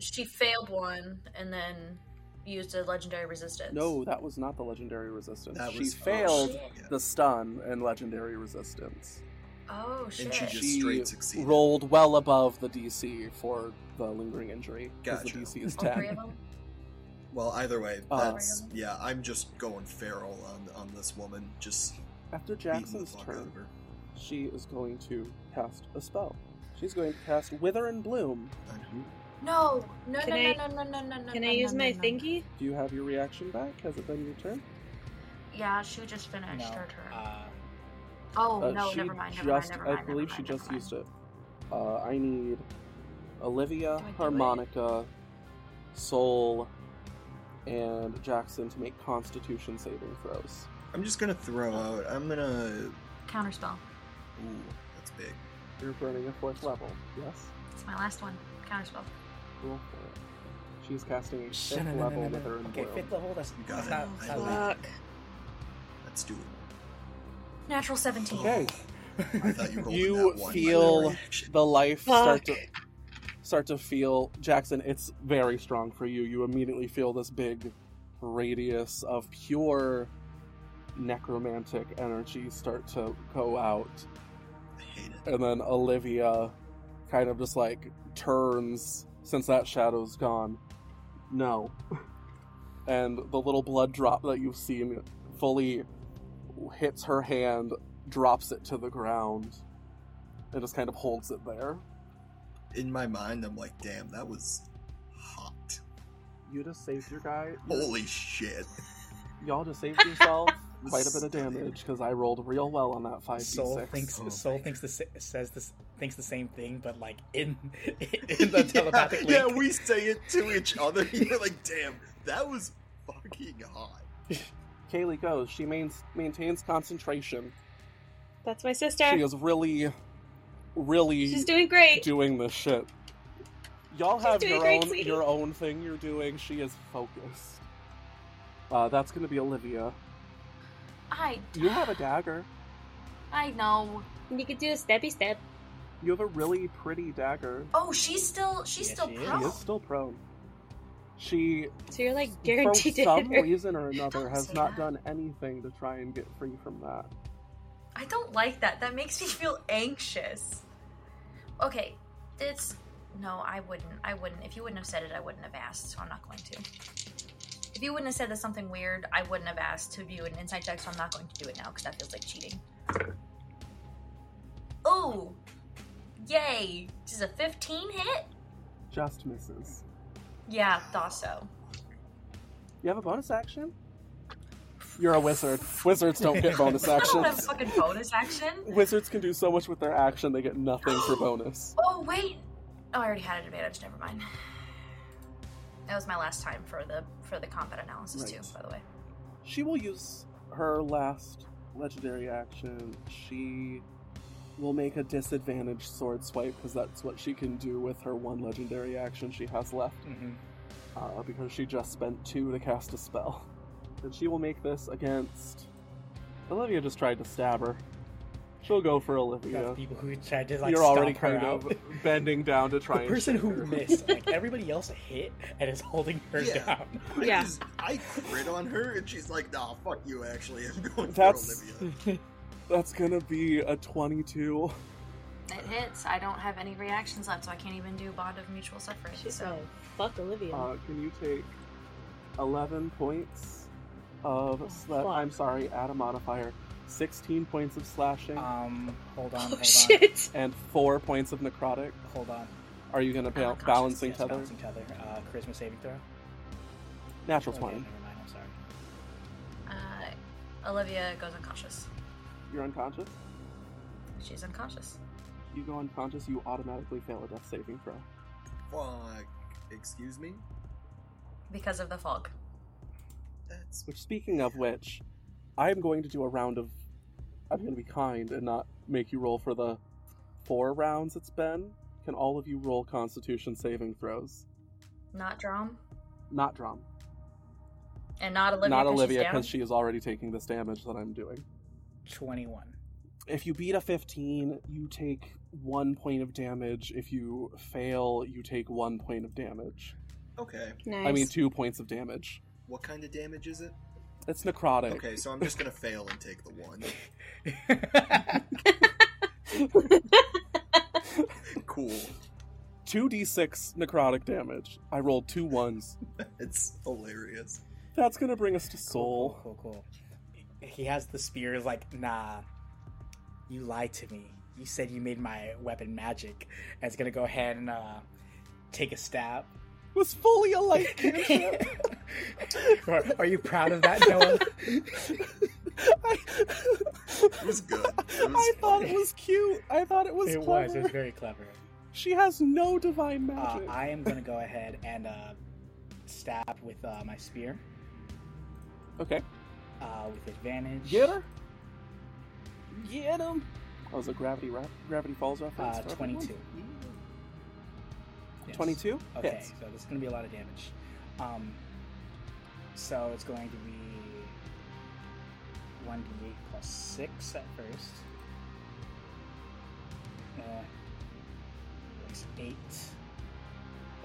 [SPEAKER 5] she failed one and then used a legendary resistance.
[SPEAKER 2] No, that was not the legendary resistance.
[SPEAKER 4] that
[SPEAKER 2] she
[SPEAKER 4] was
[SPEAKER 2] failed
[SPEAKER 5] Oh,
[SPEAKER 4] yeah.
[SPEAKER 2] the stun and legendary resistance.
[SPEAKER 5] Oh shit.
[SPEAKER 4] And she just
[SPEAKER 2] She
[SPEAKER 4] straight succeeded.
[SPEAKER 2] Rolled well above the DC for the lingering injury because
[SPEAKER 4] Gotcha.
[SPEAKER 2] the DC is
[SPEAKER 5] All three
[SPEAKER 2] ten.
[SPEAKER 5] of them.
[SPEAKER 4] Well, either way,
[SPEAKER 2] Uh,
[SPEAKER 4] that's yeah. I'm just going feral on on this woman. Just
[SPEAKER 2] After
[SPEAKER 4] beating the
[SPEAKER 2] Jackson's
[SPEAKER 4] fuck out
[SPEAKER 2] turn,
[SPEAKER 4] of her.
[SPEAKER 2] she is going to cast a spell. She's going to cast Wither and Bloom.
[SPEAKER 4] And who-
[SPEAKER 5] No, no,
[SPEAKER 3] Can
[SPEAKER 5] no,
[SPEAKER 3] I-
[SPEAKER 5] no, no, no, no, no.
[SPEAKER 3] Can
[SPEAKER 5] no,
[SPEAKER 3] I
[SPEAKER 5] no,
[SPEAKER 3] use
[SPEAKER 5] no,
[SPEAKER 3] my
[SPEAKER 5] no.
[SPEAKER 3] thingy?
[SPEAKER 2] Do you have your reaction back? Has it been your turn?
[SPEAKER 5] Yeah, she just finished
[SPEAKER 6] No.
[SPEAKER 5] her turn.
[SPEAKER 6] Uh,
[SPEAKER 5] oh
[SPEAKER 2] Uh,
[SPEAKER 5] no,
[SPEAKER 2] she
[SPEAKER 5] never mind.
[SPEAKER 2] just,
[SPEAKER 5] Never mind. Never mind.
[SPEAKER 2] I believe
[SPEAKER 5] never
[SPEAKER 2] she
[SPEAKER 5] mind,
[SPEAKER 2] just
[SPEAKER 5] never
[SPEAKER 2] used it. Uh, I need Olivia,
[SPEAKER 5] Do I do it?
[SPEAKER 2] Harmonica, Soul, and Jackson to make Constitution saving throws.
[SPEAKER 4] I'm just gonna throw out. I'm gonna.
[SPEAKER 5] mind. counterspell.
[SPEAKER 4] Ooh, that's big.
[SPEAKER 2] You're burning a fourth level. Yes.
[SPEAKER 5] It's my last one. Counterspell.
[SPEAKER 2] Roll for it. She's casting a
[SPEAKER 6] Shh, no,
[SPEAKER 2] fifth
[SPEAKER 6] no, no,
[SPEAKER 2] level
[SPEAKER 6] no, no,
[SPEAKER 2] with
[SPEAKER 6] no.
[SPEAKER 2] her
[SPEAKER 6] Okay,
[SPEAKER 2] embroil.
[SPEAKER 6] fifth level. That's,
[SPEAKER 4] You got
[SPEAKER 6] that's
[SPEAKER 4] it.
[SPEAKER 6] not.
[SPEAKER 4] I
[SPEAKER 6] not
[SPEAKER 4] will.
[SPEAKER 6] bad.
[SPEAKER 3] Fuck.
[SPEAKER 4] Let's do it.
[SPEAKER 5] Natural 17.
[SPEAKER 2] Okay.
[SPEAKER 4] I thought you rolled in
[SPEAKER 2] You
[SPEAKER 4] that one.
[SPEAKER 2] feel-
[SPEAKER 4] Like, reaction.
[SPEAKER 2] the life start
[SPEAKER 3] Fuck.
[SPEAKER 2] to start to feel Jackson, it's very strong for you. You immediately feel this big radius of pure necromantic energy start to go out.
[SPEAKER 4] I hate it.
[SPEAKER 2] And then Olivia kind of just like turns since that shadow's gone. No. And the little blood drop that you've seen fully hits her hand, drops it to the ground, and just kind of holds it there.
[SPEAKER 4] In my mind, I'm like, damn, that was hot.
[SPEAKER 2] You just saved your guy. You-
[SPEAKER 4] Holy shit.
[SPEAKER 2] Y'all just saved yourself quite a bit of damage because I rolled real well on that five d
[SPEAKER 6] Soul
[SPEAKER 2] six.
[SPEAKER 6] thinks
[SPEAKER 4] Oh
[SPEAKER 6] Soul thinks the sa- says this thinks the same thing, but like in in the telepathic
[SPEAKER 4] yeah,
[SPEAKER 6] link.
[SPEAKER 4] we say it to each other. You're like, damn, that was fucking hot.
[SPEAKER 2] Kaylee goes. She mains, maintains concentration.
[SPEAKER 3] That's my
[SPEAKER 2] She
[SPEAKER 3] sister.
[SPEAKER 2] is really, really
[SPEAKER 3] She's doing great.
[SPEAKER 2] doing this shit. Y'all
[SPEAKER 3] She's
[SPEAKER 2] have
[SPEAKER 3] doing
[SPEAKER 2] your
[SPEAKER 3] great,
[SPEAKER 2] own
[SPEAKER 3] sweetie.
[SPEAKER 2] your own thing you're doing. She is focused. Uh, that's gonna be Olivia.
[SPEAKER 5] I,
[SPEAKER 2] You have a dagger.
[SPEAKER 5] I know.
[SPEAKER 3] you could do a steppy step.
[SPEAKER 2] You have a really pretty dagger.
[SPEAKER 5] Oh, she's still she's
[SPEAKER 6] Yeah,
[SPEAKER 5] still
[SPEAKER 6] she is.
[SPEAKER 5] prone.
[SPEAKER 2] She is still prone. She
[SPEAKER 3] So you're like
[SPEAKER 2] for
[SPEAKER 3] guaranteed to hit
[SPEAKER 2] some
[SPEAKER 3] her.
[SPEAKER 2] reason or another
[SPEAKER 5] Don't
[SPEAKER 2] has
[SPEAKER 5] say
[SPEAKER 2] not
[SPEAKER 5] that.
[SPEAKER 2] done anything to try and get free from that.
[SPEAKER 5] I don't like that. That makes me feel anxious. Okay, it's no, I wouldn't. I wouldn't. If you wouldn't have said it, I wouldn't have asked. So I'm not going to. If you wouldn't have said that something weird, I wouldn't have asked to do an insight check. So I'm not going to do it now because that feels like cheating. Oh, yay! This is a 15 hit.
[SPEAKER 2] Just misses.
[SPEAKER 5] Yeah, thought so.
[SPEAKER 2] You have a bonus action? You're a wizard. Wizards don't get bonus
[SPEAKER 5] I don't have
[SPEAKER 2] actions.
[SPEAKER 5] fucking bonus action.
[SPEAKER 2] Wizards can do so much with their action, they get nothing for bonus.
[SPEAKER 5] Oh wait! Oh, I already had an advantage. Never mind. That was my last time for the for the combat analysis too.
[SPEAKER 2] Right.
[SPEAKER 5] By the way,
[SPEAKER 2] She will use her last legendary action. She will make a disadvantaged sword swipe because that's what she can do with her one legendary action she has left.
[SPEAKER 6] Mhm.
[SPEAKER 2] uh, because she just spent two to cast a spell. And she will make this against. Olivia just tried to stab her. She'll go for
[SPEAKER 6] That's
[SPEAKER 2] Olivia.
[SPEAKER 6] people who tried to like
[SPEAKER 2] You're already
[SPEAKER 6] stomp her
[SPEAKER 2] kind
[SPEAKER 6] out.
[SPEAKER 2] of bending down to try
[SPEAKER 6] the
[SPEAKER 2] and.
[SPEAKER 6] person
[SPEAKER 2] shake
[SPEAKER 6] who
[SPEAKER 2] her.
[SPEAKER 6] missed, like everybody else hit and is holding her
[SPEAKER 4] Yeah.
[SPEAKER 6] down.
[SPEAKER 4] I,
[SPEAKER 3] Yeah.
[SPEAKER 4] just- I crit on her, and she's like, nah, fuck you, actually. I'm going
[SPEAKER 2] That's-
[SPEAKER 4] for Olivia.
[SPEAKER 2] That's gonna be a 22.
[SPEAKER 5] it hits. I don't have any reactions left, so I can't even do bond of mutual suffering.
[SPEAKER 3] She's
[SPEAKER 5] so
[SPEAKER 3] going fuck Olivia.
[SPEAKER 2] Uh, can you take 11 points of.
[SPEAKER 3] Oh,
[SPEAKER 2] Sla-
[SPEAKER 3] fuck.
[SPEAKER 2] I'm sorry, add a modifier. 16 points of slashing
[SPEAKER 6] Um, hold
[SPEAKER 3] oh
[SPEAKER 6] on, hold on,
[SPEAKER 3] shit.
[SPEAKER 2] and 4 points of necrotic.
[SPEAKER 6] hold on.
[SPEAKER 2] Are you gonna ba-
[SPEAKER 5] unconscious,
[SPEAKER 2] balancing
[SPEAKER 6] Yes,
[SPEAKER 2] tether?
[SPEAKER 6] balancing tether. Uh, charisma saving throw.
[SPEAKER 2] Natural
[SPEAKER 6] Okay,
[SPEAKER 2] 20.
[SPEAKER 6] Never mind. I'm sorry.
[SPEAKER 5] uh, Olivia goes unconscious.
[SPEAKER 2] You're unconscious?
[SPEAKER 5] She's unconscious.
[SPEAKER 2] You go unconscious, you automatically fail a death saving throw.
[SPEAKER 4] Fuck. Excuse me?
[SPEAKER 5] Because of the fog.
[SPEAKER 4] That's.
[SPEAKER 2] Which, speaking of which, I'm going to do a round of. I'm going to be kind and not make you roll for the four rounds it's been. Can all of you roll Constitution saving throws?
[SPEAKER 5] Not Drom.
[SPEAKER 2] Not Drum.
[SPEAKER 5] And not Olivia.
[SPEAKER 2] not
[SPEAKER 5] 'cause she's
[SPEAKER 2] Olivia,
[SPEAKER 5] down.
[SPEAKER 2] because she is already taking this damage that I'm doing.
[SPEAKER 6] Twenty-one.
[SPEAKER 2] If you beat a 15, you take one point of damage. If you fail, you take one point of damage.
[SPEAKER 4] Okay.
[SPEAKER 3] Nice.
[SPEAKER 2] I mean, two points of damage.
[SPEAKER 4] What kind of damage is it?
[SPEAKER 2] It's necrotic.
[SPEAKER 4] Okay, so I'm just gonna fail and take the one. Cool.
[SPEAKER 2] Two d6 necrotic damage. I rolled two ones.
[SPEAKER 4] It's hilarious.
[SPEAKER 2] That's gonna bring us to
[SPEAKER 6] Cool,
[SPEAKER 2] Soul.
[SPEAKER 6] cool, cool, cool. He has the spear. is Like, nah, you lied to me. You said you made my weapon magic. And it's gonna go ahead and uh, take a stab.
[SPEAKER 2] was fully a light cantrip.
[SPEAKER 6] are, are you proud of that, Noah?
[SPEAKER 2] I,
[SPEAKER 4] It was good. It was
[SPEAKER 2] I thought it was cute. I thought it was
[SPEAKER 6] it
[SPEAKER 2] clever.
[SPEAKER 6] was. It was very clever.
[SPEAKER 2] She has no divine
[SPEAKER 6] Uh,
[SPEAKER 2] magic.
[SPEAKER 6] I am gonna go ahead and uh, stab with uh, my spear
[SPEAKER 2] Okay,
[SPEAKER 6] uh, with advantage.
[SPEAKER 2] get her. Get him. That was a gravity rap, gravity falls reference.
[SPEAKER 6] Uh,
[SPEAKER 2] for everyone.
[SPEAKER 6] 22. Yes.
[SPEAKER 2] 22?
[SPEAKER 6] Okay,
[SPEAKER 2] Hits.
[SPEAKER 6] so this is going to be a lot of damage. Um, so it's going to be 1d8 plus 6 at first. Uh, that's 8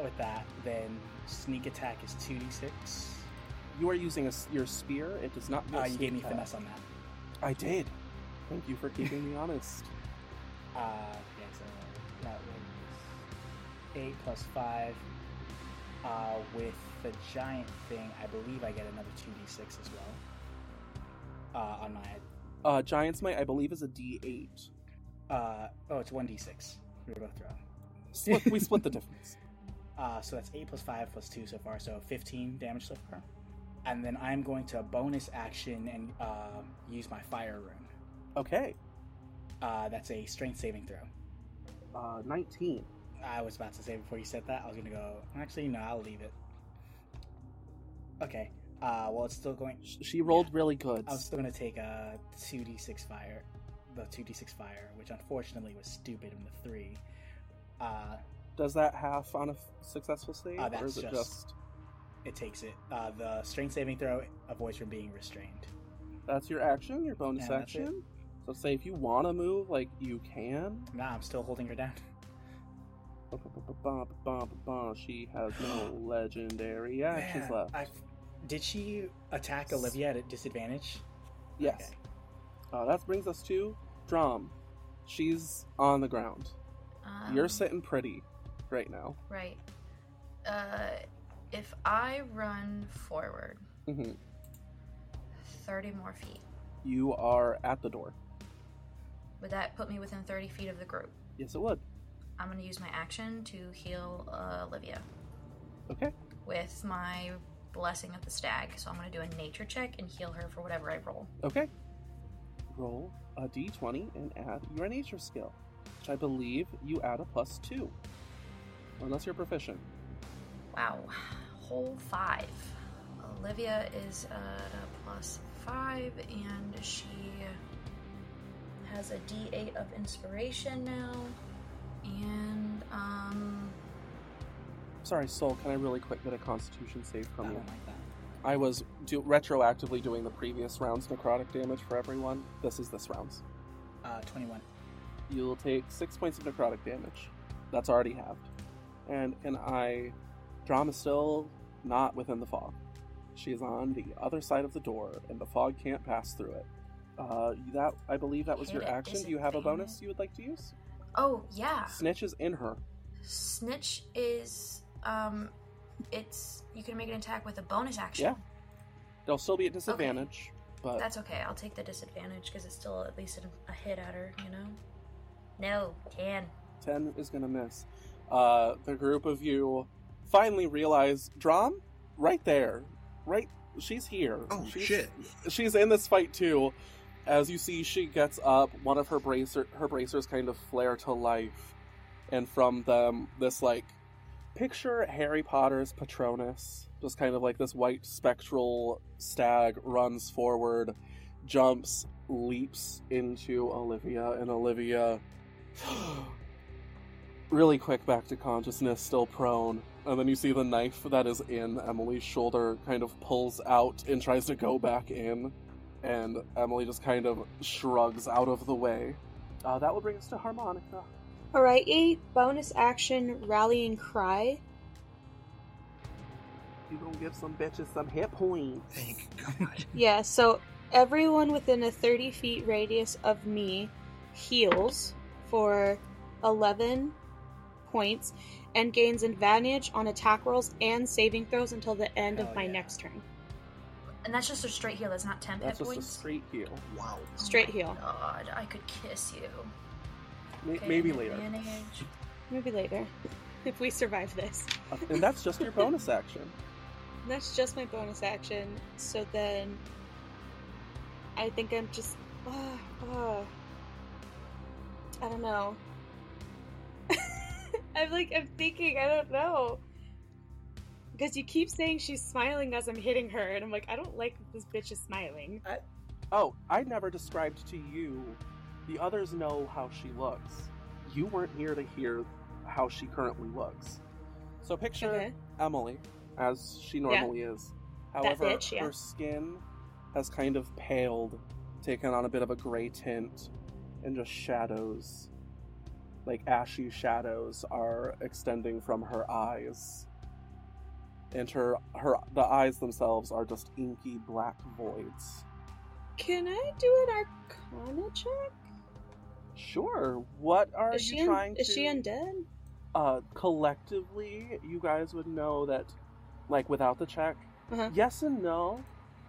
[SPEAKER 6] with that. Then sneak attack is 2d6.
[SPEAKER 2] You are using a s your spear. It does not.
[SPEAKER 6] Uh,
[SPEAKER 2] miss
[SPEAKER 6] you gave me
[SPEAKER 2] attack.
[SPEAKER 6] finesse on that.
[SPEAKER 2] I did. Thank you for keeping me honest.
[SPEAKER 6] Uh, yeah, so that was 8 plus 5. Uh, with the giant thing, I believe I get another 2d6 as well. Uh, on my.
[SPEAKER 2] Uh, Giant's Might, I believe, is a D8.
[SPEAKER 6] Uh, oh, it's 1d6. We were both wrong.
[SPEAKER 2] Split, we split the difference.
[SPEAKER 6] Uh, so that's 8 plus 5 plus 2 so far, so 15 damage so far. And then I'm going to bonus action and um use my fire rune.
[SPEAKER 2] Okay.
[SPEAKER 6] Uh, that's a strength saving throw.
[SPEAKER 2] Uh, 19.
[SPEAKER 6] I was about to say before you said that, I was gonna go. Actually, no, I'll leave it. Okay. Uh, well, it's still going.
[SPEAKER 2] Sh- She rolled really good.
[SPEAKER 6] I'm still gonna take a two d six fire, the two d six fire, which unfortunately was stupid in the three. Uh,
[SPEAKER 2] Does that half on a f- successful save?
[SPEAKER 6] Uh,
[SPEAKER 2] or
[SPEAKER 6] that's
[SPEAKER 2] is it
[SPEAKER 6] just-
[SPEAKER 2] just.
[SPEAKER 6] it takes it. Uh, the strength saving throw avoids from being restrained.
[SPEAKER 2] That's your action, your bonus
[SPEAKER 6] Yeah, that's
[SPEAKER 2] action? So, say if you want to move, like, you can.
[SPEAKER 6] Nah, I'm still holding her down.
[SPEAKER 2] Ba- ba- ba- ba- ba- ba- ba- She has no legendary actions
[SPEAKER 6] Man,
[SPEAKER 2] left.
[SPEAKER 6] I- did she attack Olivia at a disadvantage?
[SPEAKER 2] Yes.
[SPEAKER 6] Okay.
[SPEAKER 2] Uh, that brings us to Drum. She's on the ground.
[SPEAKER 5] Um,
[SPEAKER 6] Ah.
[SPEAKER 2] You're sitting pretty right now.
[SPEAKER 5] Right. Uh, if I run forward
[SPEAKER 2] hmm
[SPEAKER 5] 30 more feet,
[SPEAKER 2] You are at the door.
[SPEAKER 5] would that put me within 30 feet of the group?
[SPEAKER 2] Yes, it would.
[SPEAKER 5] I'm going to use my action to heal uh, Olivia
[SPEAKER 2] Okay.
[SPEAKER 5] with my blessing of the stag. So I'm going to do a nature check and heal her for whatever I roll.
[SPEAKER 2] Okay. Roll a d20 and add your nature skill, which I believe you add a plus two, unless you're proficient.
[SPEAKER 5] Wow. Whole five. Olivia is at a plus five, and she has a D8 of inspiration now. And, um,
[SPEAKER 2] Sorry, Soul. Can I really quick get a Constitution save
[SPEAKER 6] I
[SPEAKER 2] from
[SPEAKER 6] don't
[SPEAKER 2] you?
[SPEAKER 6] like that.
[SPEAKER 2] I was do- retroactively doing the previous round's necrotic damage for everyone. This is this round's.
[SPEAKER 6] Uh, twenty-one.
[SPEAKER 2] You'll take six points of necrotic damage. That's already halved. And and I, Drum is still not within the fog. She is on the other side of the door, and the fog can't pass through it. Uh, that I believe that was
[SPEAKER 5] Hit
[SPEAKER 2] your
[SPEAKER 5] it,
[SPEAKER 2] action. Do you have a
[SPEAKER 5] disadvantage.
[SPEAKER 2] bonus you would like to use?
[SPEAKER 5] oh, yeah.
[SPEAKER 2] Snitch is in her.
[SPEAKER 5] Snitch is, um, it's, you can make an attack with a bonus action.
[SPEAKER 2] Yeah. They'll still be at disadvantage, but
[SPEAKER 5] That's okay. I'll take the disadvantage because it's still at least a, a hit at her, you know? No, 10.
[SPEAKER 2] ten is gonna miss. Uh, the group of you finally realize Drum, right there, right. She's here.
[SPEAKER 4] Oh
[SPEAKER 2] She's-
[SPEAKER 4] shit!
[SPEAKER 2] she's in this fight too. As you see, she gets up. One of her bracer, her bracers, kind of flare to life, and from them, this like picture Harry Potter's Patronus, just kind of like this white spectral stag runs forward, jumps, leaps into Olivia, and Olivia, really quick back to consciousness, still prone. And then you see the knife that is in Emily's shoulder kind of pulls out and tries to go back in. And Emily just kind of shrugs out of the way. Uh, that will bring us to Harmonica.
[SPEAKER 3] Alright, a bonus action rallying cry.
[SPEAKER 2] You gonna give some bitches some hit points.
[SPEAKER 4] Thank God.
[SPEAKER 3] Yeah, so everyone within a 30 feet radius of me heals for 11 points and gains advantage on attack rolls and saving throws until the end of
[SPEAKER 6] Hell
[SPEAKER 3] my
[SPEAKER 6] yeah.
[SPEAKER 3] next turn.
[SPEAKER 5] And that's just a straight heal. That's not 10
[SPEAKER 2] That's
[SPEAKER 5] hit
[SPEAKER 2] just a
[SPEAKER 5] points.
[SPEAKER 2] straight heal.
[SPEAKER 4] wow.
[SPEAKER 5] Oh
[SPEAKER 3] Straight
[SPEAKER 5] my
[SPEAKER 3] heal.
[SPEAKER 5] God, I could kiss you.
[SPEAKER 2] May
[SPEAKER 5] Okay,
[SPEAKER 2] maybe
[SPEAKER 5] an
[SPEAKER 2] later.
[SPEAKER 5] advantage.
[SPEAKER 3] Maybe later, if we survive this.
[SPEAKER 2] Uh, and that's just your bonus action.
[SPEAKER 3] That's just my bonus action. So then, I think I'm just. Uh, uh, I don't know. I'm like, I'm thinking, I don't know. Because you keep saying she's smiling as I'm hitting her, and I'm like, I don't like that this bitch is smiling.
[SPEAKER 2] Oh, I never described to you The others know how she looks. You weren't here to hear how she currently looks. So picture
[SPEAKER 3] Okay.
[SPEAKER 2] Emily as she normally is. However,
[SPEAKER 3] bitch, yeah.
[SPEAKER 2] her skin has kind of paled, taken on a bit of a gray tint, and just shadows, like ashy shadows, are extending from her eyes. And her, her the eyes themselves are just inky black voids.
[SPEAKER 3] Can I do an Arcana check?
[SPEAKER 2] Sure. What are
[SPEAKER 3] is
[SPEAKER 2] you
[SPEAKER 3] she un-
[SPEAKER 2] trying to?
[SPEAKER 3] is she undead?
[SPEAKER 2] uh, collectively, you guys would know that, like, without the check,
[SPEAKER 3] Uh-huh.
[SPEAKER 2] yes and no.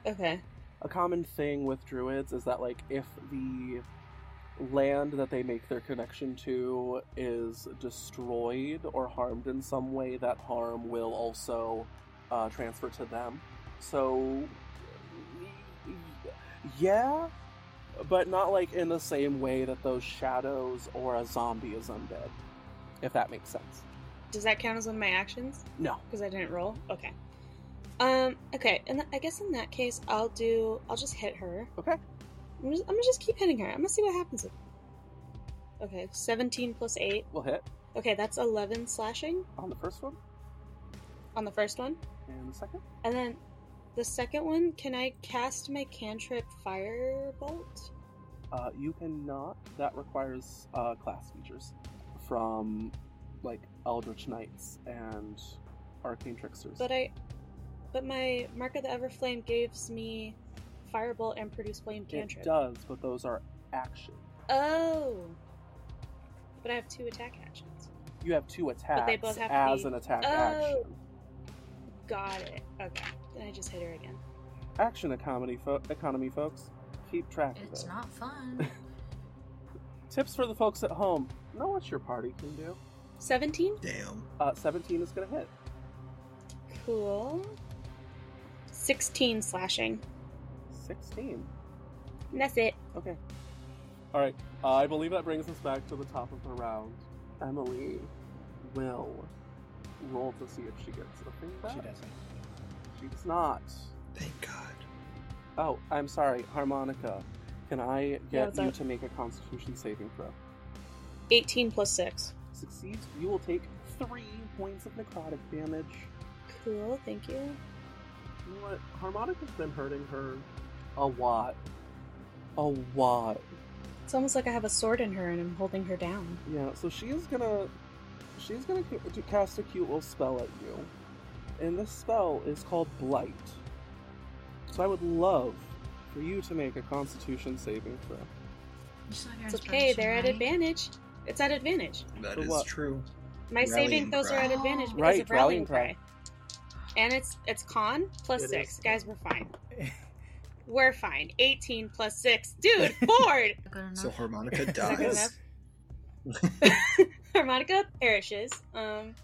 [SPEAKER 3] Okay.
[SPEAKER 2] A common thing with druids is that, like, if the land that they make their connection to is destroyed or harmed in some way, that harm will also uh, transfer to them. So, yeah, but not like in the same way that those shadows or a zombie is undead, if that makes sense.
[SPEAKER 3] Does that count as one of my actions?
[SPEAKER 2] No.
[SPEAKER 3] because I didn't roll. Okay. Um. Okay. And th- I guess in that case, I'll do. I'll just hit her.
[SPEAKER 2] Okay.
[SPEAKER 3] I'm just, I'm gonna just keep hitting her. I'm gonna see what happens. Okay. Seventeen plus eight.
[SPEAKER 2] We'll hit
[SPEAKER 3] Okay, that's eleven slashing
[SPEAKER 2] on the first one
[SPEAKER 3] on the first one,
[SPEAKER 2] and the second.
[SPEAKER 3] and then the second one. Can I cast my cantrip firebolt?
[SPEAKER 2] Uh, you cannot. That requires uh, class features from like Eldritch Knights and Arcane Tricksters.
[SPEAKER 3] But I. But my mark of the Everflame gives me firebolt and produce flame
[SPEAKER 2] it
[SPEAKER 3] cantrip.
[SPEAKER 2] does, but those are action.
[SPEAKER 3] Oh. But I have two attack actions.
[SPEAKER 2] You have two attacks
[SPEAKER 3] they both have to
[SPEAKER 2] as
[SPEAKER 3] be-
[SPEAKER 2] an attack
[SPEAKER 3] Oh.
[SPEAKER 2] action.
[SPEAKER 3] Got it. Okay. Then I just hit her again.
[SPEAKER 2] Action economy, fo- economy, folks. Keep track of
[SPEAKER 5] It's
[SPEAKER 2] it.
[SPEAKER 5] not fun.
[SPEAKER 2] Tips for the folks at home: Know what your party can do.
[SPEAKER 3] 17?
[SPEAKER 4] Damn.
[SPEAKER 2] Uh, Seventeen is gonna hit.
[SPEAKER 3] Cool. 16 slashing.
[SPEAKER 2] Sixteen.
[SPEAKER 3] And that's it.
[SPEAKER 2] Okay. All right. Uh, I believe that brings us back to the top of the round. Emily will roll to see if she gets the thing back.
[SPEAKER 6] She doesn't.
[SPEAKER 2] She does not.
[SPEAKER 4] Thank God.
[SPEAKER 2] Oh, I'm sorry, harmonica. Can I get
[SPEAKER 3] what's
[SPEAKER 2] you
[SPEAKER 3] up?
[SPEAKER 2] to make a Constitution saving throw?
[SPEAKER 3] 18 plus 6.
[SPEAKER 2] Succeeds. You will take three points of necrotic damage.
[SPEAKER 3] Cool, thank you.
[SPEAKER 2] You know what? Harmonica's been hurting her a lot. A lot.
[SPEAKER 3] It's almost like I have a sword in her and I'm holding her down.
[SPEAKER 2] Yeah, so she is gonna she's gonna ca- to cast a cute little spell at you, and this spell is called Blight. So I would love for you to make a Constitution saving throw.
[SPEAKER 5] Just have your
[SPEAKER 3] It's okay,
[SPEAKER 5] inspiration,
[SPEAKER 3] they're at
[SPEAKER 5] right?
[SPEAKER 3] advantage. It's at advantage.
[SPEAKER 4] That
[SPEAKER 2] So
[SPEAKER 4] is
[SPEAKER 2] what?
[SPEAKER 4] true.
[SPEAKER 3] My
[SPEAKER 4] Rallying
[SPEAKER 3] saving throws are
[SPEAKER 4] cry.
[SPEAKER 3] at advantage because
[SPEAKER 2] Right,
[SPEAKER 3] of rallying
[SPEAKER 2] rallying
[SPEAKER 3] cry.
[SPEAKER 2] cry.
[SPEAKER 3] And it's it's con plus
[SPEAKER 2] It
[SPEAKER 3] 6.
[SPEAKER 2] is.
[SPEAKER 3] Guys, we're fine. We're fine. 18 plus 6. Dude, Ford!
[SPEAKER 5] Good enough.
[SPEAKER 4] So harmonica
[SPEAKER 6] Is
[SPEAKER 3] good
[SPEAKER 6] that
[SPEAKER 4] dies.
[SPEAKER 3] enough? Harmonica perishes. Um,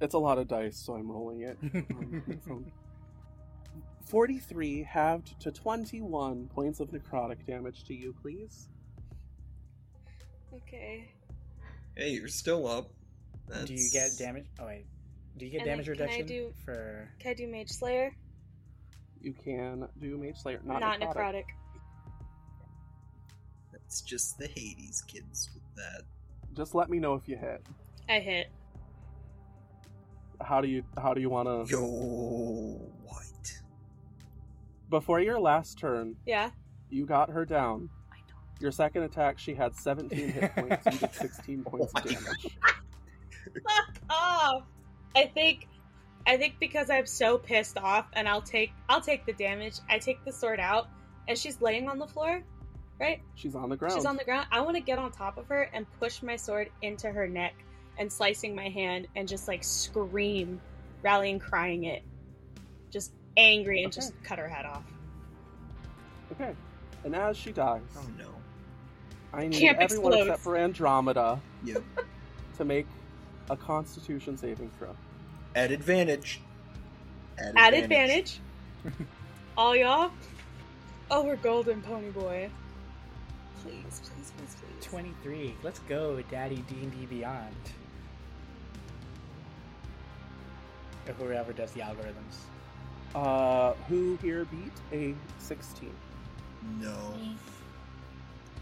[SPEAKER 2] It's a lot of dice, so I'm rolling it. Um, so- 43 halved to 21 points of necrotic damage to you, please.
[SPEAKER 3] okay.
[SPEAKER 4] Hey, you're still up. That's...
[SPEAKER 6] Do you get damage? Oh wait, do you get
[SPEAKER 3] And then
[SPEAKER 6] damage
[SPEAKER 3] can I
[SPEAKER 6] reduction
[SPEAKER 3] do-
[SPEAKER 6] for?
[SPEAKER 3] Can I do Mage Slayer?
[SPEAKER 2] You can do Mage Slayer, not, necrotic.
[SPEAKER 4] That's just the Hades kids with that.
[SPEAKER 2] Just let me know if you hit.
[SPEAKER 3] I hit.
[SPEAKER 2] How do you how do you want to
[SPEAKER 4] Yo, what?
[SPEAKER 2] Before your last turn,
[SPEAKER 3] Yeah.
[SPEAKER 2] you got her down.
[SPEAKER 5] I don't.
[SPEAKER 2] Your second attack, she had 17 hit points. You did 16 points
[SPEAKER 4] Oh
[SPEAKER 2] of
[SPEAKER 4] my
[SPEAKER 2] damage.
[SPEAKER 3] Fuck off. Oh, I think I think because I'm so pissed off and I'll take I'll take the damage. I take the sword out and she's laying on the floor, right?
[SPEAKER 2] She's on the ground.
[SPEAKER 3] She's on the ground. I want to get on top of her and push my sword into her neck and slicing my hand and just like scream, rallying crying it. Just angry and
[SPEAKER 2] Okay.
[SPEAKER 3] just cut her head off.
[SPEAKER 2] Okay. And as she dies,
[SPEAKER 4] Oh no.
[SPEAKER 2] I need
[SPEAKER 3] Camp
[SPEAKER 2] everyone
[SPEAKER 3] explodes.
[SPEAKER 2] except for Andromeda
[SPEAKER 4] Yep.
[SPEAKER 2] to make a constitution saving throw.
[SPEAKER 4] At advantage.
[SPEAKER 3] At advantage. All y'all. Oh, we're golden, pony boy. Please, please, please, please.
[SPEAKER 6] Twenty-three. Let's go, Daddy D and D Beyond. Or whoever does the algorithms.
[SPEAKER 2] Uh, who here beat a 16?
[SPEAKER 4] No.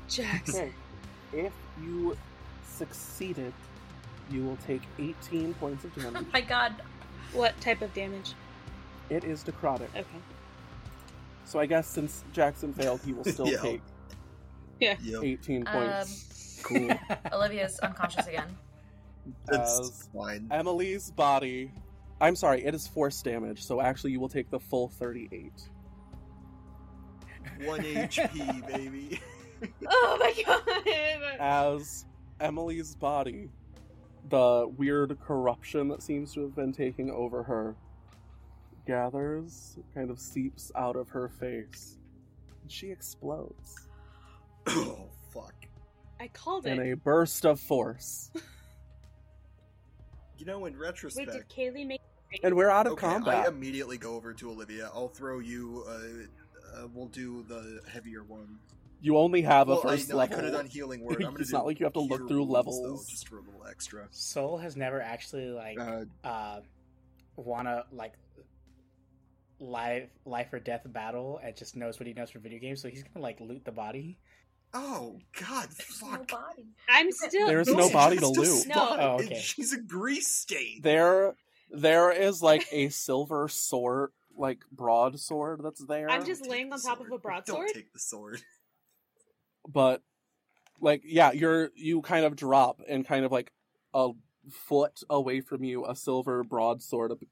[SPEAKER 3] Jackson.
[SPEAKER 2] Okay. If you succeeded, you will take 18 points of
[SPEAKER 5] Oh
[SPEAKER 2] damage.
[SPEAKER 5] my god.
[SPEAKER 3] what type of damage?
[SPEAKER 2] it is necrotic.
[SPEAKER 3] Okay.
[SPEAKER 2] So I guess since Jackson failed, he will still
[SPEAKER 4] Yeah.
[SPEAKER 2] take
[SPEAKER 4] Yep.
[SPEAKER 2] 18 points.
[SPEAKER 4] Cool.
[SPEAKER 5] Olivia's unconscious again.
[SPEAKER 4] That's
[SPEAKER 2] As
[SPEAKER 4] fine.
[SPEAKER 2] Emily's body. I'm sorry, it is force damage, so actually you will take the full 38.
[SPEAKER 4] One HP, baby.
[SPEAKER 5] Oh my god.
[SPEAKER 2] As Emily's body, the weird corruption that seems to have been taking over her gathers, kind of seeps out of her face. and She explodes.
[SPEAKER 4] oh fuck.
[SPEAKER 3] I called
[SPEAKER 2] in
[SPEAKER 3] it.
[SPEAKER 2] a burst of force.
[SPEAKER 4] You know, in
[SPEAKER 3] Wait,
[SPEAKER 4] retrospect,
[SPEAKER 3] did Kaylee make
[SPEAKER 2] And we're out of
[SPEAKER 4] okay, I
[SPEAKER 2] combat.
[SPEAKER 4] immediately go over to Olivia. I'll throw you. Uh, uh, we'll do the heavier one.
[SPEAKER 2] You only have a
[SPEAKER 4] well,
[SPEAKER 2] first
[SPEAKER 4] I, know, I
[SPEAKER 2] level.
[SPEAKER 4] could have done healing word. I'm gonna
[SPEAKER 2] It's
[SPEAKER 4] do
[SPEAKER 2] not like you have to look
[SPEAKER 4] cure
[SPEAKER 2] through
[SPEAKER 4] wounds,
[SPEAKER 2] levels.
[SPEAKER 4] though, just for a little extra.
[SPEAKER 6] Soul has never actually like
[SPEAKER 4] Uh,
[SPEAKER 6] uh wanna like life life or death battle and just knows what he knows from video games, so he's gonna like loot the body.
[SPEAKER 4] oh God,
[SPEAKER 5] There's no
[SPEAKER 4] fuck.
[SPEAKER 5] body.
[SPEAKER 3] I'm still
[SPEAKER 2] There's
[SPEAKER 4] Those
[SPEAKER 2] no
[SPEAKER 4] are
[SPEAKER 2] body to
[SPEAKER 4] just a
[SPEAKER 2] loot.
[SPEAKER 4] spot.
[SPEAKER 6] No. Oh,
[SPEAKER 4] It-
[SPEAKER 6] okay.
[SPEAKER 4] she's a grease stain.
[SPEAKER 2] There, there is like a silver sword, like broadsword that's there.
[SPEAKER 3] I'm just
[SPEAKER 4] Don't take
[SPEAKER 3] laying
[SPEAKER 4] the
[SPEAKER 3] on top of
[SPEAKER 4] sword.
[SPEAKER 3] a broadsword?
[SPEAKER 4] Don't take the sword.
[SPEAKER 2] but like yeah, you're you kind of drop and kind of like a foot away from you, a silver broadsword ab-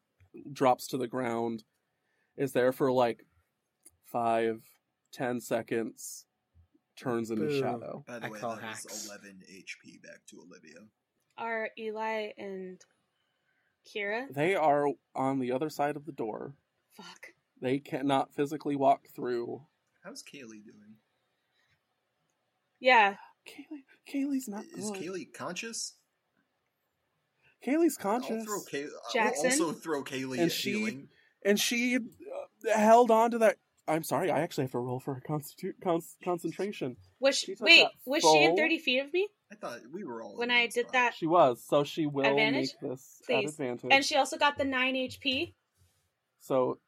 [SPEAKER 2] drops to the ground. Is there for like five, ten seconds, turns into
[SPEAKER 6] Boo.
[SPEAKER 2] shadow.
[SPEAKER 4] By the
[SPEAKER 6] I
[SPEAKER 4] way,
[SPEAKER 6] call
[SPEAKER 4] that
[SPEAKER 6] hacks.
[SPEAKER 4] was 11 HP back to Olivia.
[SPEAKER 3] are Eli and Kira.
[SPEAKER 2] They are on the other side of the door.
[SPEAKER 3] Fuck.
[SPEAKER 2] They cannot physically walk through.
[SPEAKER 4] How's Kaylee doing?
[SPEAKER 3] Yeah.
[SPEAKER 2] Kaylee, Kaylee's not
[SPEAKER 4] Is
[SPEAKER 2] good.
[SPEAKER 4] Kaylee conscious?
[SPEAKER 2] Kaylee's
[SPEAKER 4] I'll
[SPEAKER 2] conscious,
[SPEAKER 4] throw Kay-
[SPEAKER 3] Jackson?
[SPEAKER 4] I'll also throw Kaylee
[SPEAKER 2] And
[SPEAKER 4] at
[SPEAKER 2] she-
[SPEAKER 4] healing.
[SPEAKER 2] and she uh, held on to that. I'm sorry, I actually have to roll for a constitu- con- concentration.
[SPEAKER 3] Was she,
[SPEAKER 2] She took
[SPEAKER 3] wait,
[SPEAKER 2] that
[SPEAKER 3] was she in
[SPEAKER 2] full-
[SPEAKER 3] 30 feet of me?
[SPEAKER 4] I thought we were all
[SPEAKER 3] When
[SPEAKER 4] in
[SPEAKER 3] I
[SPEAKER 4] one
[SPEAKER 3] did
[SPEAKER 4] spot.
[SPEAKER 3] that-
[SPEAKER 2] She was, so she will
[SPEAKER 3] Advantage?
[SPEAKER 2] make this at
[SPEAKER 3] Please.
[SPEAKER 2] advantage.
[SPEAKER 3] And she also got the 9 HP.
[SPEAKER 2] so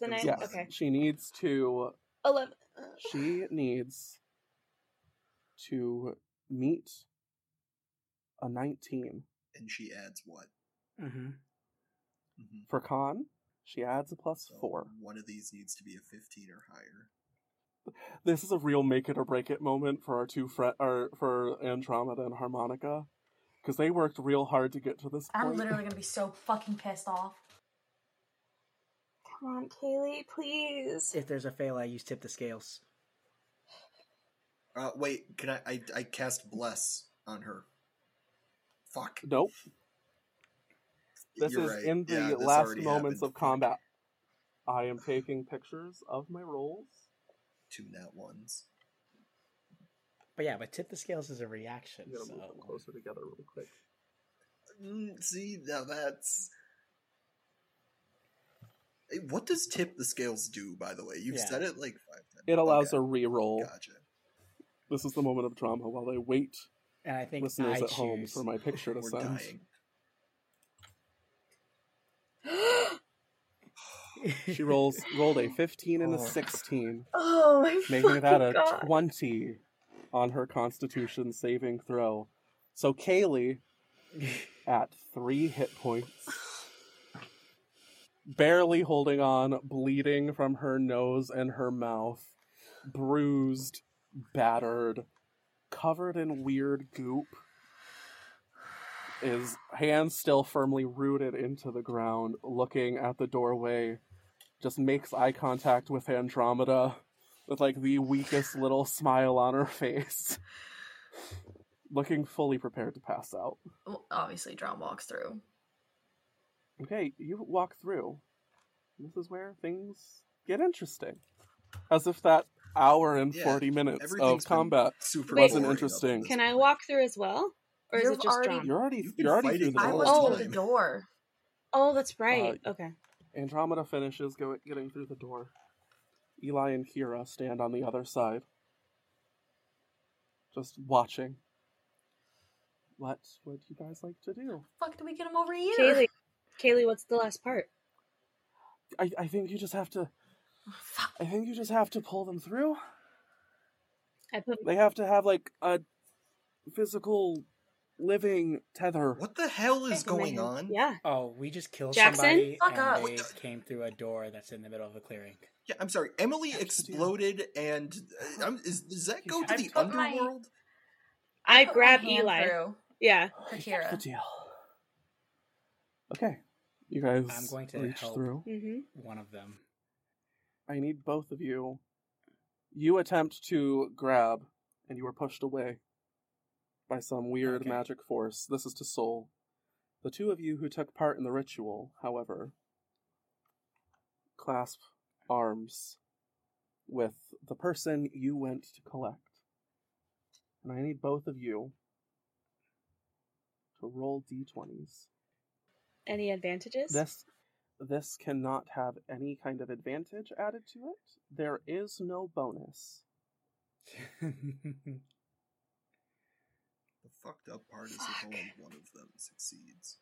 [SPEAKER 3] The
[SPEAKER 4] It
[SPEAKER 3] 9.
[SPEAKER 4] was
[SPEAKER 2] yes,
[SPEAKER 3] Okay.
[SPEAKER 2] she needs to.
[SPEAKER 3] 11.
[SPEAKER 2] She needs to meet a 19
[SPEAKER 4] And she adds what?
[SPEAKER 6] Mm-hmm.
[SPEAKER 4] hmm
[SPEAKER 2] for con. She adds a plus four.
[SPEAKER 4] One of these needs to be a 15 or higher.
[SPEAKER 2] this is a real make it or break it moment for our two friend or for Andromeda and Harmonica because they worked real hard to get to this point.
[SPEAKER 5] I'm literally gonna be so fucking pissed off.
[SPEAKER 3] Come on, Kaylee, please.
[SPEAKER 6] If there's a fail, I use tip the scales.
[SPEAKER 4] Uh, wait, can I, I? I cast bless on her. Fuck.
[SPEAKER 2] Nope, this
[SPEAKER 4] You're
[SPEAKER 2] is
[SPEAKER 4] right.
[SPEAKER 2] in the
[SPEAKER 4] Yeah, this
[SPEAKER 2] last
[SPEAKER 4] already
[SPEAKER 2] moments
[SPEAKER 4] happened.
[SPEAKER 2] of combat. I am taking pictures of my rolls.
[SPEAKER 4] Two nat ones.
[SPEAKER 6] But yeah, but tip the scales is a reaction.
[SPEAKER 2] I'm gonna move them
[SPEAKER 6] So.
[SPEAKER 2] closer together real quick.
[SPEAKER 4] Mm, see, now that's. Eh, What does tip the scales do, by the way? You've
[SPEAKER 6] Yeah.
[SPEAKER 4] said it like five times.
[SPEAKER 2] It allows
[SPEAKER 4] Okay,
[SPEAKER 2] a re-roll.
[SPEAKER 4] Gotcha.
[SPEAKER 2] This is the moment of drama while I wait
[SPEAKER 6] And I think
[SPEAKER 2] listeners
[SPEAKER 6] I
[SPEAKER 2] at home
[SPEAKER 6] choose.
[SPEAKER 2] for my picture to
[SPEAKER 4] We're
[SPEAKER 2] send.
[SPEAKER 4] dying.
[SPEAKER 2] She rolls rolled a 15 and a
[SPEAKER 6] Oh.
[SPEAKER 2] 16,
[SPEAKER 5] Oh my
[SPEAKER 2] making that a
[SPEAKER 5] god.
[SPEAKER 2] 20 on her Constitution saving throw. So Kaylee at three hit points. Barely holding on, bleeding from her nose and her mouth, bruised, battered, covered in weird goop, is hands still firmly rooted into the ground, looking at the doorway, just makes eye contact with Andromeda with like the weakest little smile on her face, looking fully prepared to pass out.
[SPEAKER 5] Well, obviously, John walks through.
[SPEAKER 2] Okay, you walk through. This is where things get interesting. As if that hour and
[SPEAKER 4] Yeah,
[SPEAKER 2] 40 minutes
[SPEAKER 4] Everything's
[SPEAKER 2] of
[SPEAKER 4] been
[SPEAKER 2] combat.
[SPEAKER 4] Super
[SPEAKER 3] Wait.
[SPEAKER 4] boring
[SPEAKER 2] Wasn't
[SPEAKER 4] up to
[SPEAKER 2] interesting.
[SPEAKER 4] this
[SPEAKER 3] Can I
[SPEAKER 4] point.
[SPEAKER 3] walk through as well? Or is
[SPEAKER 5] You're
[SPEAKER 3] it just
[SPEAKER 5] already-
[SPEAKER 3] John?
[SPEAKER 2] You're already
[SPEAKER 4] You've been
[SPEAKER 2] you're already through
[SPEAKER 4] fighting
[SPEAKER 2] the
[SPEAKER 4] all
[SPEAKER 5] I
[SPEAKER 4] Oh,
[SPEAKER 5] was
[SPEAKER 2] door.
[SPEAKER 4] it's
[SPEAKER 5] through the
[SPEAKER 4] time.
[SPEAKER 5] door.
[SPEAKER 3] Oh, that's right.
[SPEAKER 2] Uh,
[SPEAKER 3] okay.
[SPEAKER 2] Andromeda finishes go- getting through the door. Eli and Kira stand on the other side, just watching. What would you guys like to do?
[SPEAKER 5] Fuck, did we get him over here?
[SPEAKER 3] Kaylee, Kaylee, what's the last part?
[SPEAKER 2] I, I think you just have to.
[SPEAKER 5] Fuck.
[SPEAKER 2] I think you just have to pull them through.
[SPEAKER 3] I put
[SPEAKER 2] They have to have like a physical living tether.
[SPEAKER 4] What the hell is going on?
[SPEAKER 3] Yeah.
[SPEAKER 6] Oh, we just killed
[SPEAKER 3] Jackson?
[SPEAKER 6] somebody
[SPEAKER 5] Fuck
[SPEAKER 6] and
[SPEAKER 5] up.
[SPEAKER 6] they came through a door that's in the middle of a clearing.
[SPEAKER 4] Yeah, I'm sorry. Emily
[SPEAKER 2] That's the deal.
[SPEAKER 4] exploded, and uh, I'm, is, does that go to
[SPEAKER 6] I
[SPEAKER 4] the
[SPEAKER 6] put
[SPEAKER 5] my-
[SPEAKER 4] underworld?
[SPEAKER 3] I
[SPEAKER 5] Put my
[SPEAKER 3] grab
[SPEAKER 5] hand
[SPEAKER 3] Eli.
[SPEAKER 5] through
[SPEAKER 3] Yeah.
[SPEAKER 5] Akira.
[SPEAKER 2] Good deal. Okay, you guys.
[SPEAKER 6] I'm going to
[SPEAKER 2] reach
[SPEAKER 6] help.
[SPEAKER 2] through.
[SPEAKER 3] Mm-hmm.
[SPEAKER 6] One of them.
[SPEAKER 2] I need both of you. You attempt to grab, and you are pushed away by some weird
[SPEAKER 6] Okay.
[SPEAKER 2] magic force. This is to Soul. The two of you who took part in the ritual, however, clasp arms with the person you went to collect. And I need both of you to roll d20s.
[SPEAKER 3] Any advantages?
[SPEAKER 2] This this cannot have any kind of advantage added to it. There is no bonus.
[SPEAKER 4] The fucked up part is if
[SPEAKER 5] Fuck.
[SPEAKER 4] only one of them succeeds.